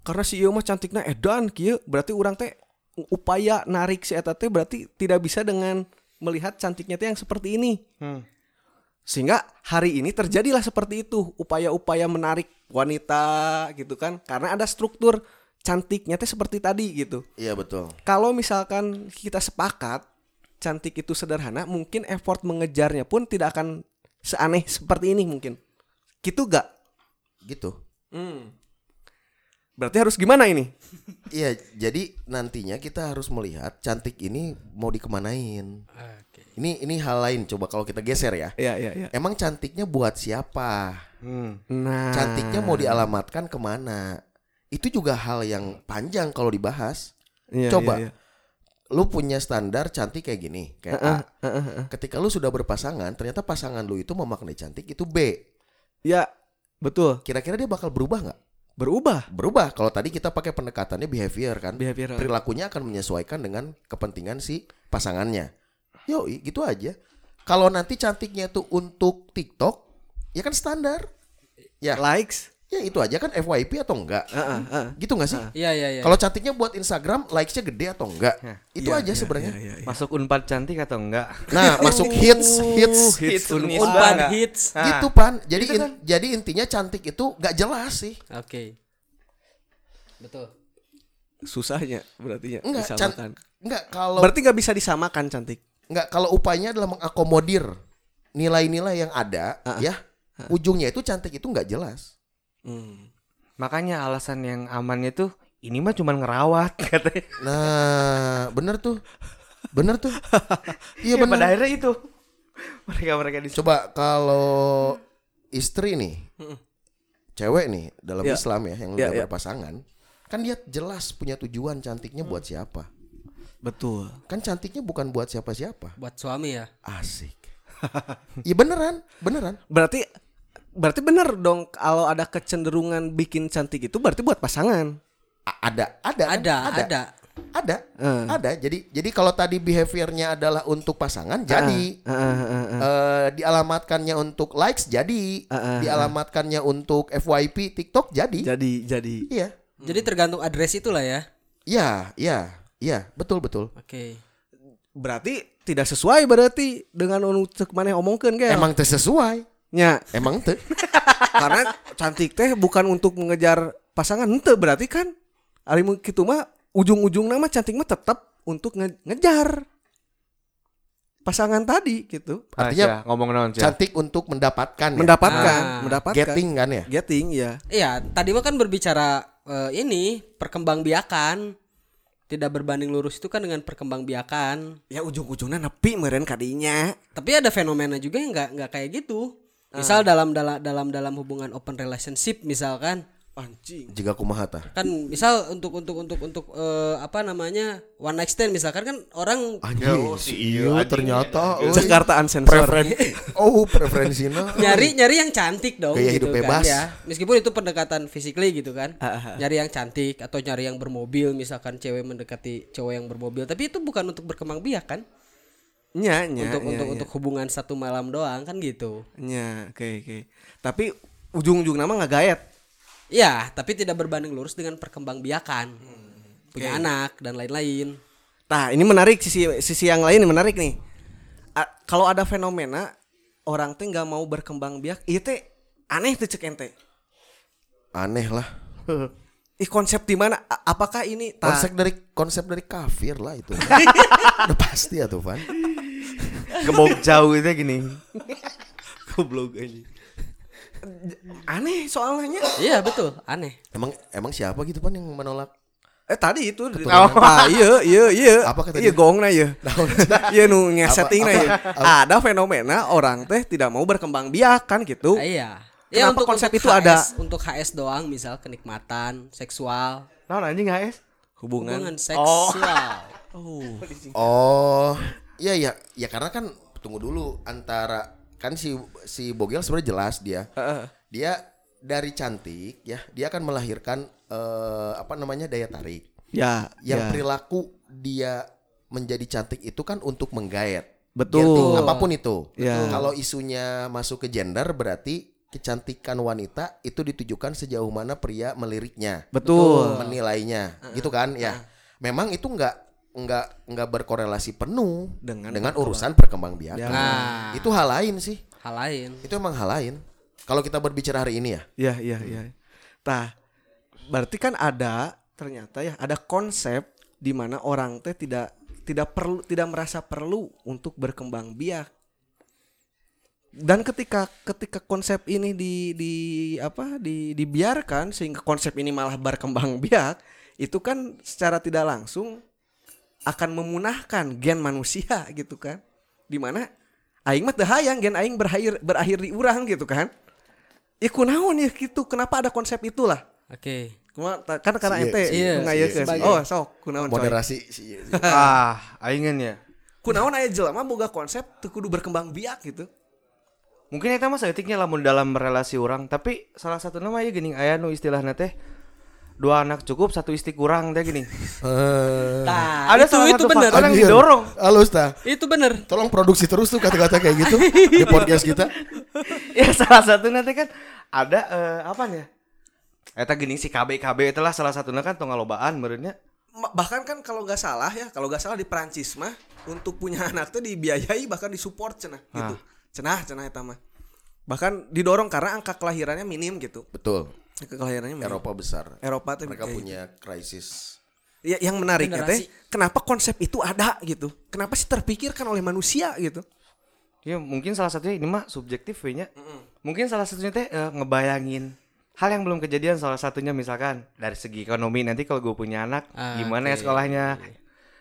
Speaker 6: Karena si ieu mah cantiknya edan kieu, berarti orang teh upaya narik si eta teh berarti tidak bisa dengan melihat cantiknya teh yang seperti ini. Sehingga hari ini terjadilah seperti itu, upaya-upaya menarik wanita gitu kan. Karena ada struktur cantiknya teh seperti tadi gitu.
Speaker 1: Iya betul.
Speaker 6: Kalau misalkan kita sepakat cantik itu sederhana, mungkin effort mengejarnya pun tidak akan seaneh seperti ini mungkin. Gitu gak?
Speaker 1: Gitu.
Speaker 6: Berarti harus gimana ini?
Speaker 1: Iya, jadi nantinya kita harus melihat cantik ini mau dikemanain.
Speaker 2: Oke.
Speaker 1: Ini ini hal lain coba kalau kita geser ya.
Speaker 6: Iya, iya, iya.
Speaker 1: Emang cantiknya buat siapa?
Speaker 3: Hmm.
Speaker 6: Nah,
Speaker 1: Cantiknya mau dialamatkan kemana? Itu juga hal yang panjang kalau dibahas.
Speaker 6: Iya,
Speaker 1: Coba.
Speaker 6: iya, iya.
Speaker 1: Lu punya standar cantik kayak gini, kayak A. Ketika lu sudah berpasangan, ternyata pasangan lu itu memaknai cantik itu B.
Speaker 6: Ya, betul.
Speaker 1: Kira-kira dia bakal berubah nggak?
Speaker 6: Berubah
Speaker 1: Berubah. Kalau tadi kita pakai pendekatannya behavior kan.
Speaker 6: behavior.
Speaker 1: perilakunya akan menyesuaikan dengan kepentingan si pasangannya. Yoi, gitu aja. Kalau nanti cantiknya itu untuk TikTok, ya kan standar. Ya,
Speaker 6: Likes.
Speaker 1: ya itu aja kan FYP atau enggak gitu nggak sih
Speaker 2: Iya iya iya.
Speaker 1: kalau cantiknya buat Instagram likesnya gede atau enggak itu
Speaker 6: Iya,
Speaker 1: aja
Speaker 6: iya,
Speaker 1: sebenarnya
Speaker 6: iya, Uh, iya.
Speaker 3: Masuk unpad cantik atau enggak?
Speaker 1: nah masuk hits hits
Speaker 3: Hits
Speaker 6: Gitu
Speaker 3: Unisba
Speaker 2: Unpad
Speaker 3: nggak?
Speaker 2: hits.
Speaker 3: Nah,
Speaker 1: gitu pan jadi in-
Speaker 6: kan?
Speaker 1: jadi intinya cantik itu nggak jelas sih
Speaker 2: Oke. Betul.
Speaker 6: susahnya berarti ya
Speaker 1: enggak can-
Speaker 6: disamakan.
Speaker 1: enggak kalau
Speaker 6: Berarti nggak bisa disamakan cantik.
Speaker 1: enggak kalau upayanya adalah mengakomodir nilai-nilai yang ada ya ujungnya itu cantik itu nggak jelas
Speaker 6: Hmm.
Speaker 3: Makanya alasan yang amannya tuh ini mah cuman ngerawat katanya.
Speaker 1: nah bener tuh bener tuh iya
Speaker 3: Ya, pada
Speaker 1: bener
Speaker 3: akhirnya itu mereka mereka di
Speaker 1: coba kalau istri nih cewek nih dalam
Speaker 6: Ya.
Speaker 1: Islam ya yang udah
Speaker 6: Ya, ya.
Speaker 1: berpasangan kan dia jelas punya tujuan cantiknya buat siapa
Speaker 6: Betul.
Speaker 1: kan cantiknya bukan buat siapa-siapa
Speaker 2: Buat suami ya.
Speaker 1: asik Iya beneran, beneran.
Speaker 6: Berarti berarti bener dong kalau ada kecenderungan bikin cantik itu berarti buat pasangan.
Speaker 1: A- ada, ada, kan?
Speaker 2: Ada, Hmm. ada.
Speaker 1: ada, ada. Jadi, jadi kalau tadi behaviornya adalah untuk pasangan, jadi
Speaker 6: Heeh, heeh.
Speaker 1: Eh, dialamatkannya untuk likes, jadi dialamatkannya untuk FYP TikTok, Eh, jadi,
Speaker 6: Jadi jadi
Speaker 1: iya,
Speaker 2: Jadi tergantung address itulah ya.
Speaker 1: iya, iya, iya, betul, betul.
Speaker 2: Oke.
Speaker 6: berarti tidak sesuai berarti dengan anu cek mana omongkeun ge.
Speaker 1: Emang teu sesuai,
Speaker 6: nya
Speaker 1: emang teu.
Speaker 6: karena cantik teh bukan untuk mengejar pasangan henteu berarti kan ari mun kitu mah ujung-ujung nama cantik mah tetap untuk nge- ngejar pasangan tadi gitu.
Speaker 1: Artinya
Speaker 3: Artinya Ah, iya, ngomong non Cia.
Speaker 1: cantik untuk Iya. mendapatkan, ya?
Speaker 6: Mendapatkan,
Speaker 2: Ah.
Speaker 6: mendapatkan.
Speaker 1: getting kan ya.
Speaker 6: Getting ya.
Speaker 2: Iya, tadi mah kan berbicara eh, ini perkembangbiakan. Tidak berbanding lurus itu kan dengan perkembangbiakan.
Speaker 6: Ya ujung-ujungnya nepi meren kadinya.
Speaker 2: tapi ada fenomena juga yang nggak nggak kayak gitu misal dalam dalam dalam dalam hubungan open relationship misalkan
Speaker 6: Anjing.
Speaker 1: Jika kumaha tah.
Speaker 2: kan misal untuk untuk untuk untuk eh, apa namanya one night stand misalkan kan orang
Speaker 1: Anjing, si iya ternyata. euy.
Speaker 6: Jakarta unsensor.
Speaker 1: Preferen- oh preferensinya.
Speaker 2: nyari nyari yang cantik dong
Speaker 1: Gaya
Speaker 2: gitu
Speaker 1: hidup
Speaker 2: kan
Speaker 1: bebas. Ah,
Speaker 2: ya meskipun itu pendekatan physically gitu kan nyari yang cantik atau nyari yang bermobil misalkan cewek mendekati cowok yang bermobil tapi itu bukan untuk berkembang biak kan
Speaker 6: Nya
Speaker 1: Ya,
Speaker 6: nya.
Speaker 2: untuk
Speaker 6: nya,
Speaker 2: untuk
Speaker 6: nya.
Speaker 2: untuk hubungan satu malam doang kan gitu
Speaker 6: nya. Oke oke. Tapi ujung-ujung nama nggak gayet.
Speaker 2: ya tapi tidak berbanding lurus dengan perkembangbiakan
Speaker 1: Hmm.
Speaker 2: punya anak dan lain-lain
Speaker 6: Nah, ini menarik sisi sisi yang lain yang menarik nih. A- kalau ada fenomena orang teh nggak mau berkembang biak, itu teh aneh tuh cek ente.
Speaker 1: Aneh lah.
Speaker 6: Ih konsep di mana? A- Apakah ini tah,
Speaker 1: Konsep dari konsep dari kafir lah itu. Udah pasti ya tuh, Van.
Speaker 3: Gebok jauh itu gini.
Speaker 6: goblok aja. Aneh soalnya.
Speaker 2: Iya betul, aneh.
Speaker 1: Emang emang siapa gitu pan yang menolak?
Speaker 6: Eh tadi itu ah, iya iya iya.
Speaker 1: Apa kata dia?
Speaker 6: Iya
Speaker 1: Nah,
Speaker 6: gongna iya. Iya nu ngesetingna
Speaker 1: apa-
Speaker 6: iya. Ada fenomena orang teh tidak mau berkembang biak kan gitu.
Speaker 2: Ah, iya.
Speaker 6: Kenapa konsep itu
Speaker 2: HS,
Speaker 6: ada?
Speaker 2: Untuk HS doang, misal kenikmatan seksual,
Speaker 3: Nah, anjing guys.
Speaker 6: Hubungan.
Speaker 2: hubungan seksual.
Speaker 1: Oh, iya ya, ya karena kan tunggu dulu antara kan si si Bogel sebenarnya jelas dia. Dia dari cantik ya, dia akan melahirkan eh, apa namanya daya tarik.
Speaker 6: Ya,
Speaker 1: Yang
Speaker 6: ya.
Speaker 1: perilaku dia menjadi cantik itu kan untuk menggayat.
Speaker 6: Betul.
Speaker 1: Gitu, apapun itu.
Speaker 6: Ya.
Speaker 1: Kalau isunya masuk ke gender berarti kecantikan wanita itu ditujukan sejauh mana pria meliriknya.
Speaker 6: Betul.
Speaker 1: menilainya gitu kan ya memang itu nggak nggak nggak berkorelasi penuh
Speaker 6: Dengan Ya.
Speaker 1: dengan, urusan perkembangbiakan
Speaker 2: Nah,
Speaker 1: itu hal lain sih
Speaker 2: hal lain.
Speaker 1: itu emang hal lain kalau kita berbicara hari ini ya
Speaker 6: Iya iya iya. Tah, berarti kan ada ternyata ya ada konsep di mana orang teh tidak tidak perlu tidak merasa perlu untuk berkembang biak. Dan ketika ketika konsep ini di di apa di dibiarkan sehingga konsep ini malah berkembang biak, itu kan secara tidak langsung akan memunahkan gen manusia gitu kan. Di mana aing mah teu hayang gen aing berakhir berakhir di urang gitu kan ya kunaon ya gitu kenapa ada konsep itulah
Speaker 2: Oke.
Speaker 6: Kuma- ta- kan karena
Speaker 1: Iya,
Speaker 6: ente
Speaker 2: iya,
Speaker 6: mengayakeun.
Speaker 2: iya.
Speaker 6: oh sok kunaon coy
Speaker 1: moderasi si- si-
Speaker 3: ah, aingan ya.
Speaker 6: kunaon aya jelema boga konsep teu kudu berkembang biak gitu
Speaker 3: Mungkin itu mah saeutiknya lamun dalam relasi orang, tapi salah satu nama ya gini aya nu istilahna teh dua anak cukup satu istri kurang teh gini.
Speaker 2: Nah, itu itu bener.
Speaker 3: faktor yang
Speaker 1: Anjir,
Speaker 3: didorong.
Speaker 1: halus tah
Speaker 2: Itu bener.
Speaker 1: tolong produksi terus tuh kata-kata kayak gitu di podcast kita
Speaker 3: ya salah satu nanti kan ada eh, apa nih ya? Eta gini si KB KB itulah salah satunya kan tong lobaan merenya.
Speaker 6: Ma- bahkan kan kalau nggak salah ya kalau nggak salah di Prancis mah untuk punya anak tuh dibiayai bahkan disupport cenah gitu cenah cenah eta mah bahkan didorong karena angka kelahirannya minim gitu
Speaker 1: Betul.
Speaker 6: angka kelahirannya minim.
Speaker 1: Eropa besar.
Speaker 6: Eropa tuh
Speaker 1: Mereka
Speaker 6: kayak gitu.
Speaker 1: punya krisis.
Speaker 6: Ya, yang menariknya
Speaker 2: Generasi.
Speaker 6: teh kenapa konsep itu ada gitu kenapa sih terpikirkan oleh manusia gitu
Speaker 3: Ya mungkin salah satunya ini mah subjektif we nya. Mungkin salah satunya teh eh, ngebayangin hal yang belum kejadian salah satunya misalkan dari segi ekonomi nanti kalau gue punya anak
Speaker 2: Ah,
Speaker 3: gimana ya
Speaker 2: oke.
Speaker 3: sekolahnya.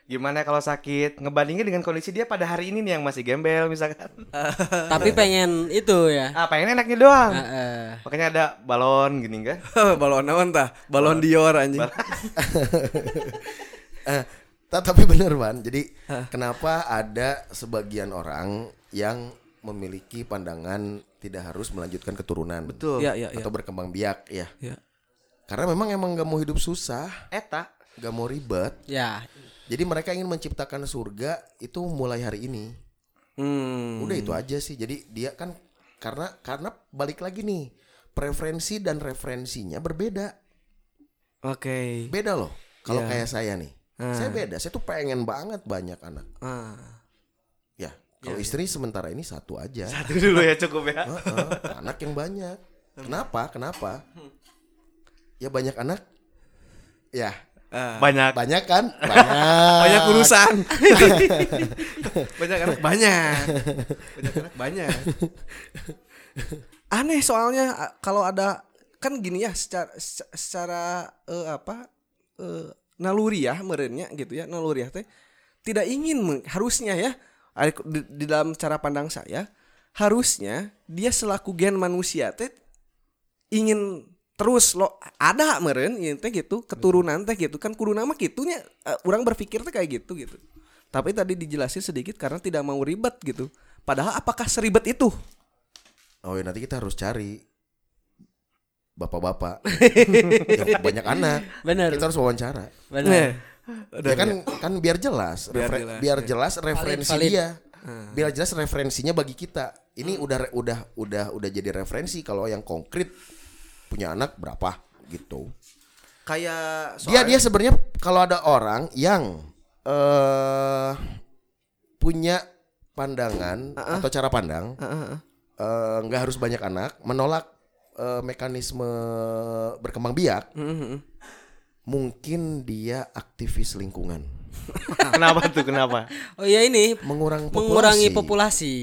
Speaker 3: Gimana kalau sakit? Ngebandingin dengan kondisi dia pada hari ini nih yang masih gembel misalkan.
Speaker 2: Tapi pengen itu ya. Eh,
Speaker 3: Ah, pengen enaknya doang.
Speaker 2: Heeh.
Speaker 3: Makanya ada balon gini kan.
Speaker 6: balon naon tah balon Dior anjing
Speaker 1: Eh, ta- tapi bener Wan. Jadi kenapa ada sebagian orang yang memiliki pandangan tidak harus melanjutkan keturunan. Betul.
Speaker 6: Ya, ya, ya.
Speaker 1: Atau berkembang biak ya.
Speaker 6: ya
Speaker 1: Karena memang emang gak mau hidup susah,
Speaker 3: Eta
Speaker 1: gak mau ribet.
Speaker 2: Ya,
Speaker 1: Jadi mereka ingin menciptakan surga itu mulai hari ini.
Speaker 6: hmm
Speaker 1: Udah itu aja sih. Jadi dia kan karena karena balik lagi nih preferensi dan referensinya berbeda.
Speaker 6: oke
Speaker 1: Beda loh. Kalau
Speaker 6: Iya.
Speaker 1: kayak saya nih, saya beda. Saya tuh pengen banget banyak anak.
Speaker 6: ah
Speaker 1: Ya, kalau
Speaker 6: Iya.
Speaker 1: istri sementara ini satu aja.
Speaker 3: satu dulu ya cukup ya.
Speaker 1: Heeh, anak yang banyak. Kenapa? Kenapa? Ya banyak anak. Ya,
Speaker 3: Banyak
Speaker 1: banyak kan? Banyak.
Speaker 6: banyak urusan banyak anak banyak banyak anak banyak aneh soalnya a- kalau ada kan gini ya secara secara, secara, eh, apa eh, naluri ya merenya gitu ya naluri teh tidak ingin meng- harusnya ya ada- di, di dalam cara pandang saya harusnya dia selaku gen manusia teh ingin terus lo ada meren ieu teh gitu keturunan teh gitu kan kudu nama gitunya eh, orang berpikir teh kayak gitu gitu tapi tadi dijelasin sedikit karena tidak mau ribet gitu padahal apakah seribet itu
Speaker 1: Oh ya nanti kita harus cari bapak-bapak yang banyak anak.
Speaker 2: Bener.
Speaker 1: Kita harus wawancara.
Speaker 2: benar.
Speaker 6: Nah,
Speaker 1: Ya kan kan biar jelas,
Speaker 6: iya. Biar
Speaker 1: referen-
Speaker 6: jelas, iya. Hmm.
Speaker 1: biar jelas, referensi
Speaker 2: valid. Hmm.
Speaker 1: dia. Biar jelas referensinya bagi kita. Ini udah re- udah udah udah jadi referensi kalau yang konkret punya anak berapa gitu.
Speaker 6: kayak
Speaker 1: Dia dia sebenarnya kalau ada orang yang eh punya pandangan
Speaker 2: Ah,
Speaker 1: atau cara pandang eh, nggak harus banyak anak, menolak eh, mekanisme berkembang biak,
Speaker 2: Hmm,
Speaker 1: mungkin dia aktivis lingkungan,
Speaker 3: kenapa tuh kenapa?
Speaker 2: Oh ya ini
Speaker 1: mengurangi populasi.
Speaker 2: mengurangi populasi.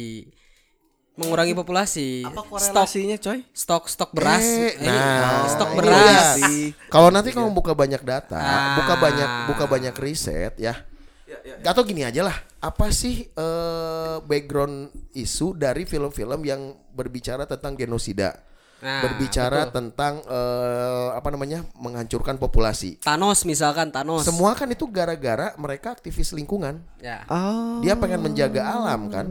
Speaker 2: Mengurangi populasi.
Speaker 6: apa
Speaker 2: Stok
Speaker 6: korelasinya coy
Speaker 2: stok stok beras.
Speaker 1: Eh,
Speaker 2: Eh,
Speaker 1: nah,
Speaker 2: stok
Speaker 1: ini
Speaker 2: beras. Iya. Ah.
Speaker 1: dia. Kalau nanti kamu buka banyak data, buka banyak buka banyak riset ya. Atau gini aja lah, apa sih eh, background isu dari film-film yang berbicara tentang genosida?
Speaker 2: Nah,
Speaker 1: berbicara tentang eh, apa namanya? menghancurkan populasi.
Speaker 2: Thanos misalkan Thanos.
Speaker 1: Semua kan itu gara-gara mereka aktivis lingkungan.
Speaker 2: Ya.
Speaker 6: Ah. Oh.
Speaker 1: Dia pengen menjaga alam kan.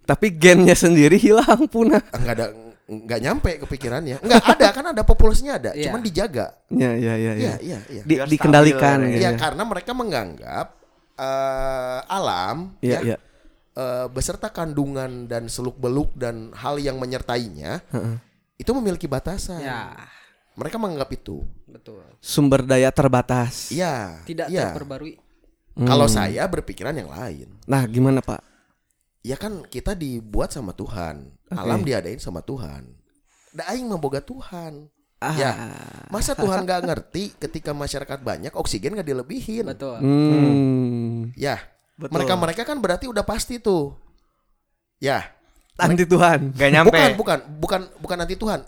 Speaker 6: tapi gennya sendiri hilang punah
Speaker 1: Enggak ada enggak nyampe kepikirannya. Enggak ada kan ada populasinya ada,
Speaker 2: Iya.
Speaker 1: cuman dijaga.
Speaker 6: ya ya ya
Speaker 1: Iya, iya, iya.
Speaker 6: Di-
Speaker 3: Biar stabil
Speaker 6: dikendalikan
Speaker 3: lah ya.
Speaker 6: gitu
Speaker 1: Iya
Speaker 6: ya.
Speaker 1: karena mereka menganggap eh, alam
Speaker 6: Iya,
Speaker 1: ya,
Speaker 6: iya.
Speaker 1: eh, beserta kandungan dan seluk beluk dan hal yang menyertainya itu memiliki batasan.
Speaker 2: Ya,
Speaker 1: Mereka menganggap itu.
Speaker 2: betul.
Speaker 6: sumber daya terbatas
Speaker 1: Iya.
Speaker 2: Tidak
Speaker 1: iya.
Speaker 2: terperbarui.
Speaker 1: Kalau
Speaker 6: Hmm.
Speaker 1: saya berpikiran yang lain.
Speaker 6: nah gimana pak
Speaker 1: Ya kan kita dibuat sama Tuhan. Alam diadain sama Tuhan. Da aing mah boga Tuhan. Ya.
Speaker 6: Ah.
Speaker 1: Masa Tuhan gak ngerti ketika masyarakat banyak oksigen gak dilebihin.
Speaker 2: Betul.
Speaker 6: hmm.
Speaker 1: Ya. Mereka-mereka kan berarti udah pasti tuh. Ya.
Speaker 6: anti Tuhan
Speaker 3: Gak nyampe.
Speaker 1: Bukan, bukan, bukan, bukan anti Tuhan.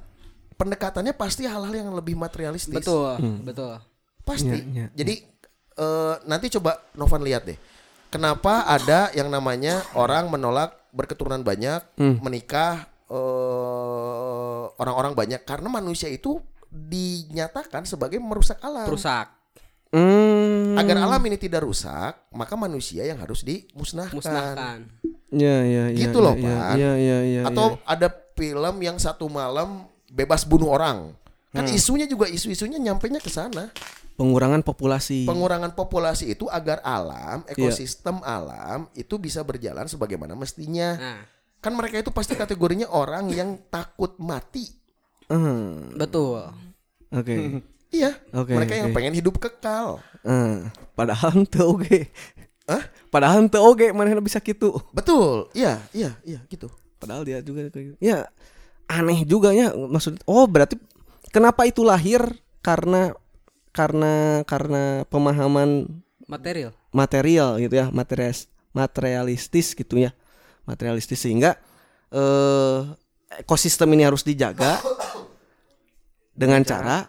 Speaker 1: Pendekatannya pasti hal-hal yang lebih materialistis.
Speaker 2: Betul,
Speaker 1: Hmm.
Speaker 2: betul.
Speaker 1: Pasti.
Speaker 6: Iya, iya.
Speaker 1: Jadi eh, nanti coba Novan lihat deh. Kenapa ada yang namanya orang menolak berketurunan banyak,
Speaker 2: Hmm.
Speaker 1: menikah eh, orang-orang banyak karena manusia itu dinyatakan sebagai merusak alam.
Speaker 2: Perusak,
Speaker 6: hmm.
Speaker 1: Agar alam ini tidak rusak, maka manusia yang harus dimusnahkan.
Speaker 2: musnahkan.
Speaker 6: Ya, ya, ya,
Speaker 1: Gitu
Speaker 6: ya,
Speaker 1: loh,
Speaker 6: ya,
Speaker 1: Pak.
Speaker 6: Ya, ya, ya,
Speaker 1: Atau ada film yang satu malam bebas bunuh orang. Kan
Speaker 6: Hmm.
Speaker 1: isunya juga isu-isunya nyampainya ke sana.
Speaker 6: ya. pengurangan populasi.
Speaker 1: Pengurangan populasi itu agar alam,
Speaker 6: Iya.
Speaker 1: ekosistem alam itu bisa berjalan sebagaimana mestinya.
Speaker 2: Nah,
Speaker 1: Kan mereka itu pasti kategorinya orang yang takut mati.
Speaker 6: Hmm.
Speaker 2: betul.
Speaker 6: Oke.
Speaker 1: Iya.
Speaker 6: Oke,
Speaker 1: mereka yang
Speaker 6: oke.
Speaker 1: pengen hidup kekal.
Speaker 6: Eh, padahal henteu oge.
Speaker 1: Hah?
Speaker 6: Padahal henteu oge manehna bisa gitu.
Speaker 1: Betul. Iya, iya, iya gitu.
Speaker 6: Padahal dia juga kayak gitu. Ya aneh juga ya maksud oh berarti kenapa itu lahir karena karena karena pemahaman
Speaker 2: material
Speaker 6: material gitu ya materialis materialistis gitu ya materialistis sehingga eh, ekosistem ini harus dijaga dengan cara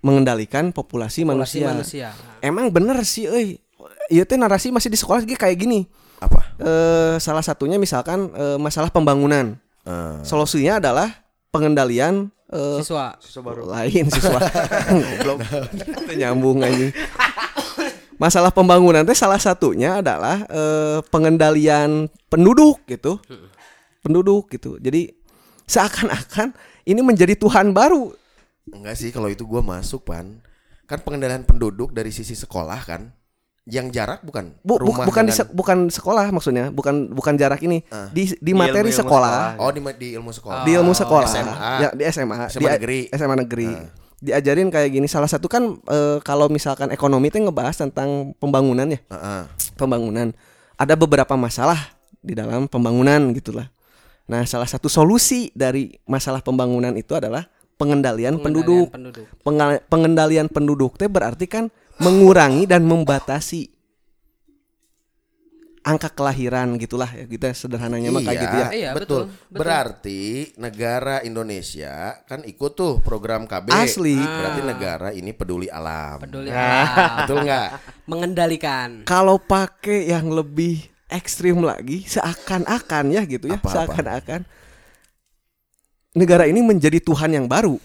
Speaker 6: mengendalikan populasi,
Speaker 2: Populasi
Speaker 6: manusia.
Speaker 2: manusia.
Speaker 6: Emang bener sih, euy. Ieu teh narasi masih di sekolah ge kayak gini.
Speaker 1: Apa?
Speaker 6: Eh, salah satunya misalkan eh, masalah pembangunan. Ah.
Speaker 1: Eh,
Speaker 6: Solusinya adalah pengendalian eh,
Speaker 2: siswa
Speaker 3: Susah baru.
Speaker 6: lain siswa Goblok. Itu nyambung anjing masalah pembangunan teh salah satunya adalah eh, pengendalian penduduk gitu
Speaker 1: Hmm.
Speaker 6: penduduk gitu jadi seakan-akan ini menjadi Tuhan baru
Speaker 1: enggak sih kalau itu gua masuk, Pan. Kan pengendalian penduduk dari sisi sekolah kan. Yang jarak bukan
Speaker 6: Bu- bu-
Speaker 1: rumah
Speaker 6: bukan di
Speaker 1: dengan-
Speaker 6: se- bukan sekolah maksudnya bukan bukan jarak ini di di materi
Speaker 3: ilmu-ilmu
Speaker 6: sekolah,
Speaker 1: Oh, di, di ilmu sekolah. Ah,
Speaker 6: di ilmu sekolah
Speaker 1: SMA.
Speaker 6: ya di SMA,
Speaker 1: SMA
Speaker 6: di
Speaker 1: negeri. Ah.
Speaker 6: SMA negeri diajarin kayak gini salah satu kan eh, kalau misalkan ekonomi teh ngebahas tentang pembangunan ya
Speaker 1: Heeh.
Speaker 6: pembangunan. Ada beberapa masalah di dalam pembangunan gitulah. Nah, salah satu solusi dari masalah pembangunan itu adalah pengendalian, penduduk.
Speaker 2: pengendalian penduduk
Speaker 6: Pengal- pengendalian penduduk teh berarti kan mengurangi dan membatasi angka kelahiran gitulah ya gitu ya, sederhananya mah kayak gitu ya.
Speaker 2: Iya,
Speaker 1: betul.
Speaker 2: betul, betul.
Speaker 1: Berarti negara Indonesia kan ikut tuh program KB.
Speaker 6: Asli.
Speaker 1: Berarti negara ini peduli alam. Nah,
Speaker 2: Ah. peduli alam.
Speaker 1: Betul nggak?
Speaker 2: mengendalikan
Speaker 6: Kalau pakai yang lebih ekstrim lagi seakan-akan ya gitu ya
Speaker 1: Apa-apa?
Speaker 6: seakan-akan negara ini menjadi Tuhan yang baru.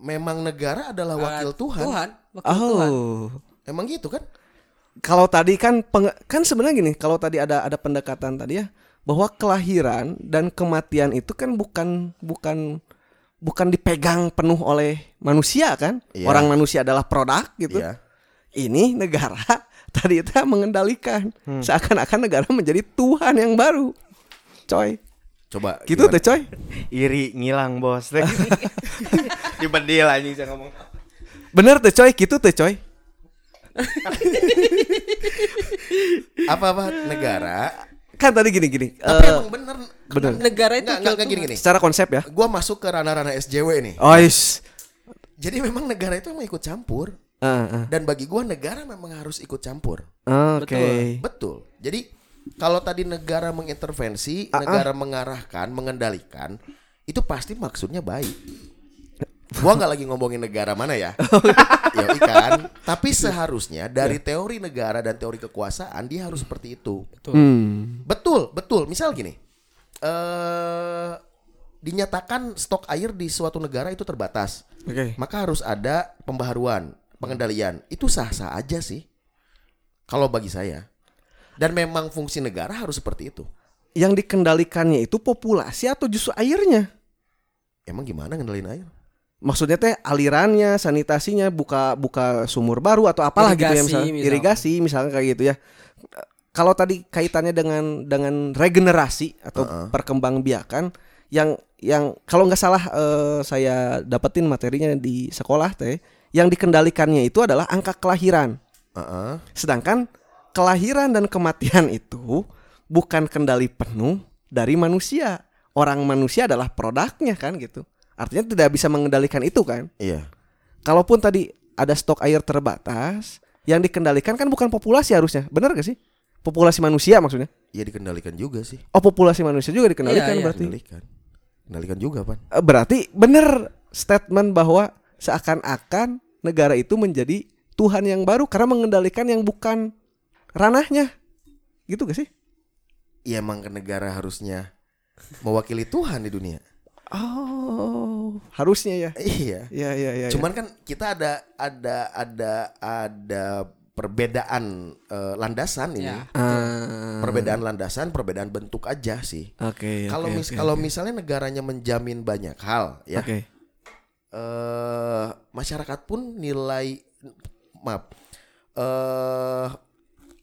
Speaker 1: Memang negara adalah wakil
Speaker 2: Ah,
Speaker 1: Tuhan.
Speaker 2: Tuhan wakil Tuhan
Speaker 6: Oh.
Speaker 1: Emang gitu kan?
Speaker 6: kalau tadi kan peng- kan sebenarnya gini kalau tadi ada ada pendekatan tadi ya bahwa kelahiran dan kematian itu kan bukan bukan bukan dipegang penuh oleh manusia kan
Speaker 1: Iya.
Speaker 6: orang manusia adalah produk gitu
Speaker 1: Iya.
Speaker 6: ini negara tadi itu mengendalikan
Speaker 1: Hmm.
Speaker 6: seakan-akan negara menjadi Tuhan yang baru coy
Speaker 1: Coba
Speaker 6: gitu
Speaker 1: gimana?
Speaker 6: tuh coy
Speaker 3: Iri ngilang bos. Teh. Dibedil anjing saya ngomong.
Speaker 6: bener tuh coy gitu tuh coy
Speaker 1: apa-apa negara.
Speaker 6: kan tadi gini gini
Speaker 1: Tapi
Speaker 6: eh,
Speaker 1: emang bener.
Speaker 6: bener
Speaker 2: negara
Speaker 1: Enggak,
Speaker 2: itu wakil
Speaker 1: enggak, enggak
Speaker 2: Tuhan.
Speaker 1: gini-gini.
Speaker 6: secara konsep ya
Speaker 1: Gua masuk ke ranah-ranah SJW nih.
Speaker 6: oh is
Speaker 1: Jadi memang negara itu emang ikut campur.
Speaker 6: Ah, ah.
Speaker 1: Dan bagi gua negara memang harus ikut campur.
Speaker 6: oke
Speaker 1: Betul. Jadi kalau tadi negara mengintervensi,
Speaker 6: Ah,
Speaker 1: negara mengarahkan, mengendalikan, itu pasti maksudnya baik. Gua nggak lagi ngomongin negara mana ya. ya ikan.
Speaker 6: Iya.
Speaker 1: Tapi seharusnya dari teori negara dan teori kekuasaan dia harus seperti itu.
Speaker 6: Hmm.
Speaker 1: Betul, betul. Misal gini. Eh dinyatakan stok air di suatu negara itu terbatas.
Speaker 6: Oke.
Speaker 1: Maka harus ada pembaharuan, pengendalian. Itu sah-sah aja sih. Kalau bagi saya. Dan memang fungsi negara harus seperti itu.
Speaker 6: yang dikendalikannya itu populasi atau justru airnya?
Speaker 1: Emang gimana ngendalin air?
Speaker 6: Maksudnya teh alirannya, sanitasinya, buka buka sumur baru atau apalah gitu ya
Speaker 2: Irigasi,
Speaker 6: misalnya.
Speaker 2: misalnya.
Speaker 6: Irigasi misalnya kayak gitu ya. Kalau tadi kaitannya dengan dengan regenerasi atau perkembangbiakan yang yang kalau nggak salah eh, saya dapetin materinya di sekolah teh, yang dikendalikannya itu adalah angka kelahiran.
Speaker 1: Heeh.
Speaker 6: Sedangkan kelahiran dan kematian itu bukan kendali penuh dari manusia. Orang manusia adalah produknya kan gitu. Artinya tidak bisa mengendalikan itu kan.
Speaker 1: Iya.
Speaker 6: Kalaupun tadi ada stok air terbatas, yang dikendalikan kan bukan populasi harusnya. Benar gak sih? Populasi manusia maksudnya.
Speaker 1: Ya dikendalikan juga sih.
Speaker 6: Oh, populasi manusia juga dikendalikan
Speaker 2: Iya, iya.
Speaker 6: berarti.
Speaker 1: Kendalikan. Kendalikan juga, Pan.
Speaker 6: Eh, Berarti benar statement bahwa seakan-akan negara itu menjadi Tuhan yang baru karena mengendalikan yang bukan ranahnya. Gitu gak sih?
Speaker 1: Ya emang negara harusnya mewakili Tuhan di dunia.
Speaker 6: Oh, harusnya ya.
Speaker 1: Iya.
Speaker 6: Iya, iya, iya.
Speaker 1: Cuman kan kita ada ada ada ada perbedaan eh, landasan ini.
Speaker 6: Iya.
Speaker 2: Ya.
Speaker 1: Perbedaan landasan, perbedaan bentuk aja sih.
Speaker 6: Iya, Oke.
Speaker 1: kalau mis kalau misalnya negaranya menjamin banyak hal ya.
Speaker 6: Oke.
Speaker 1: eh masyarakat pun nilai maaf. Eh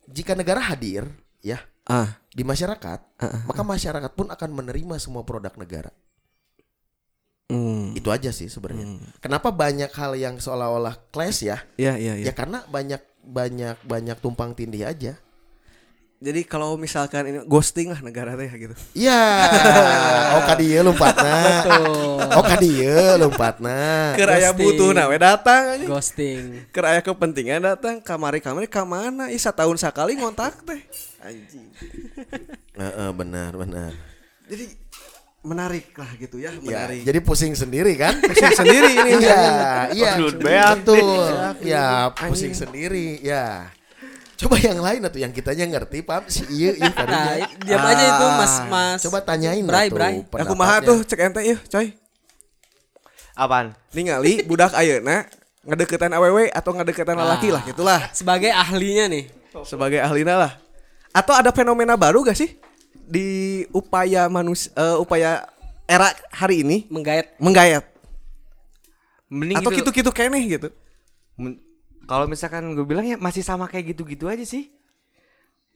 Speaker 1: jika negara hadir ya
Speaker 6: Ah,
Speaker 1: di masyarakat, maka masyarakat pun akan menerima semua produk negara.
Speaker 6: Hmm.
Speaker 1: Itu aja sih sebenarnya. Kenapa banyak hal yang seolah-olah clash ya?
Speaker 6: Iya, iya, iya.
Speaker 1: Ya karena banyak banyak banyak tumpang tindih aja.
Speaker 6: Jadi kalau misalkan ini ghosting lah negara teh gitu.
Speaker 1: Iya. oh kadieu lompatna. Oh kadieu lompatna.
Speaker 6: Keur aya
Speaker 2: Ghosting.
Speaker 6: butuh na we datang anjing.
Speaker 2: ghosting
Speaker 6: Keur aya kepentingan datang kamari kamari ka mana isa tahun sekali ngontak teh. Anjing.
Speaker 1: Heeh, benar benar.
Speaker 6: Jadi menarik lah gitu ya,
Speaker 1: Ya,
Speaker 6: menarik.
Speaker 1: jadi pusing sendiri kan?
Speaker 6: Pusing sendiri ini.
Speaker 1: Iya, iya.
Speaker 3: Aduh,
Speaker 1: sendiri,
Speaker 3: beak
Speaker 1: Betul. Ya, pusing sendiri, ya. Coba yang lain atau yang kitanya ngerti, Pam. Si iya, iya
Speaker 2: nah
Speaker 1: tadinya.
Speaker 2: diam aja itu mas mas
Speaker 1: Ah. Coba tanyain lah
Speaker 2: Bray,
Speaker 1: tuh
Speaker 2: Bray.
Speaker 6: Aku
Speaker 1: pendapatnya.
Speaker 6: mah tuh cek ente yuk, coy.
Speaker 3: Apaan?
Speaker 6: Ningali budak ayeuna ngedeketan awewe atau ngedeketan lelaki lah gitulah
Speaker 2: sebagai ahlinya nih
Speaker 6: sebagai ahlina lah. Atau ada fenomena baru gak sih di upaya manusia eh, upaya era hari ini
Speaker 2: menggait
Speaker 6: menggayat
Speaker 3: Mending
Speaker 6: atau gitu-gitu keneh gitu.
Speaker 3: Men- kalau misalkan gue bilang ya masih sama kayak gitu-gitu aja sih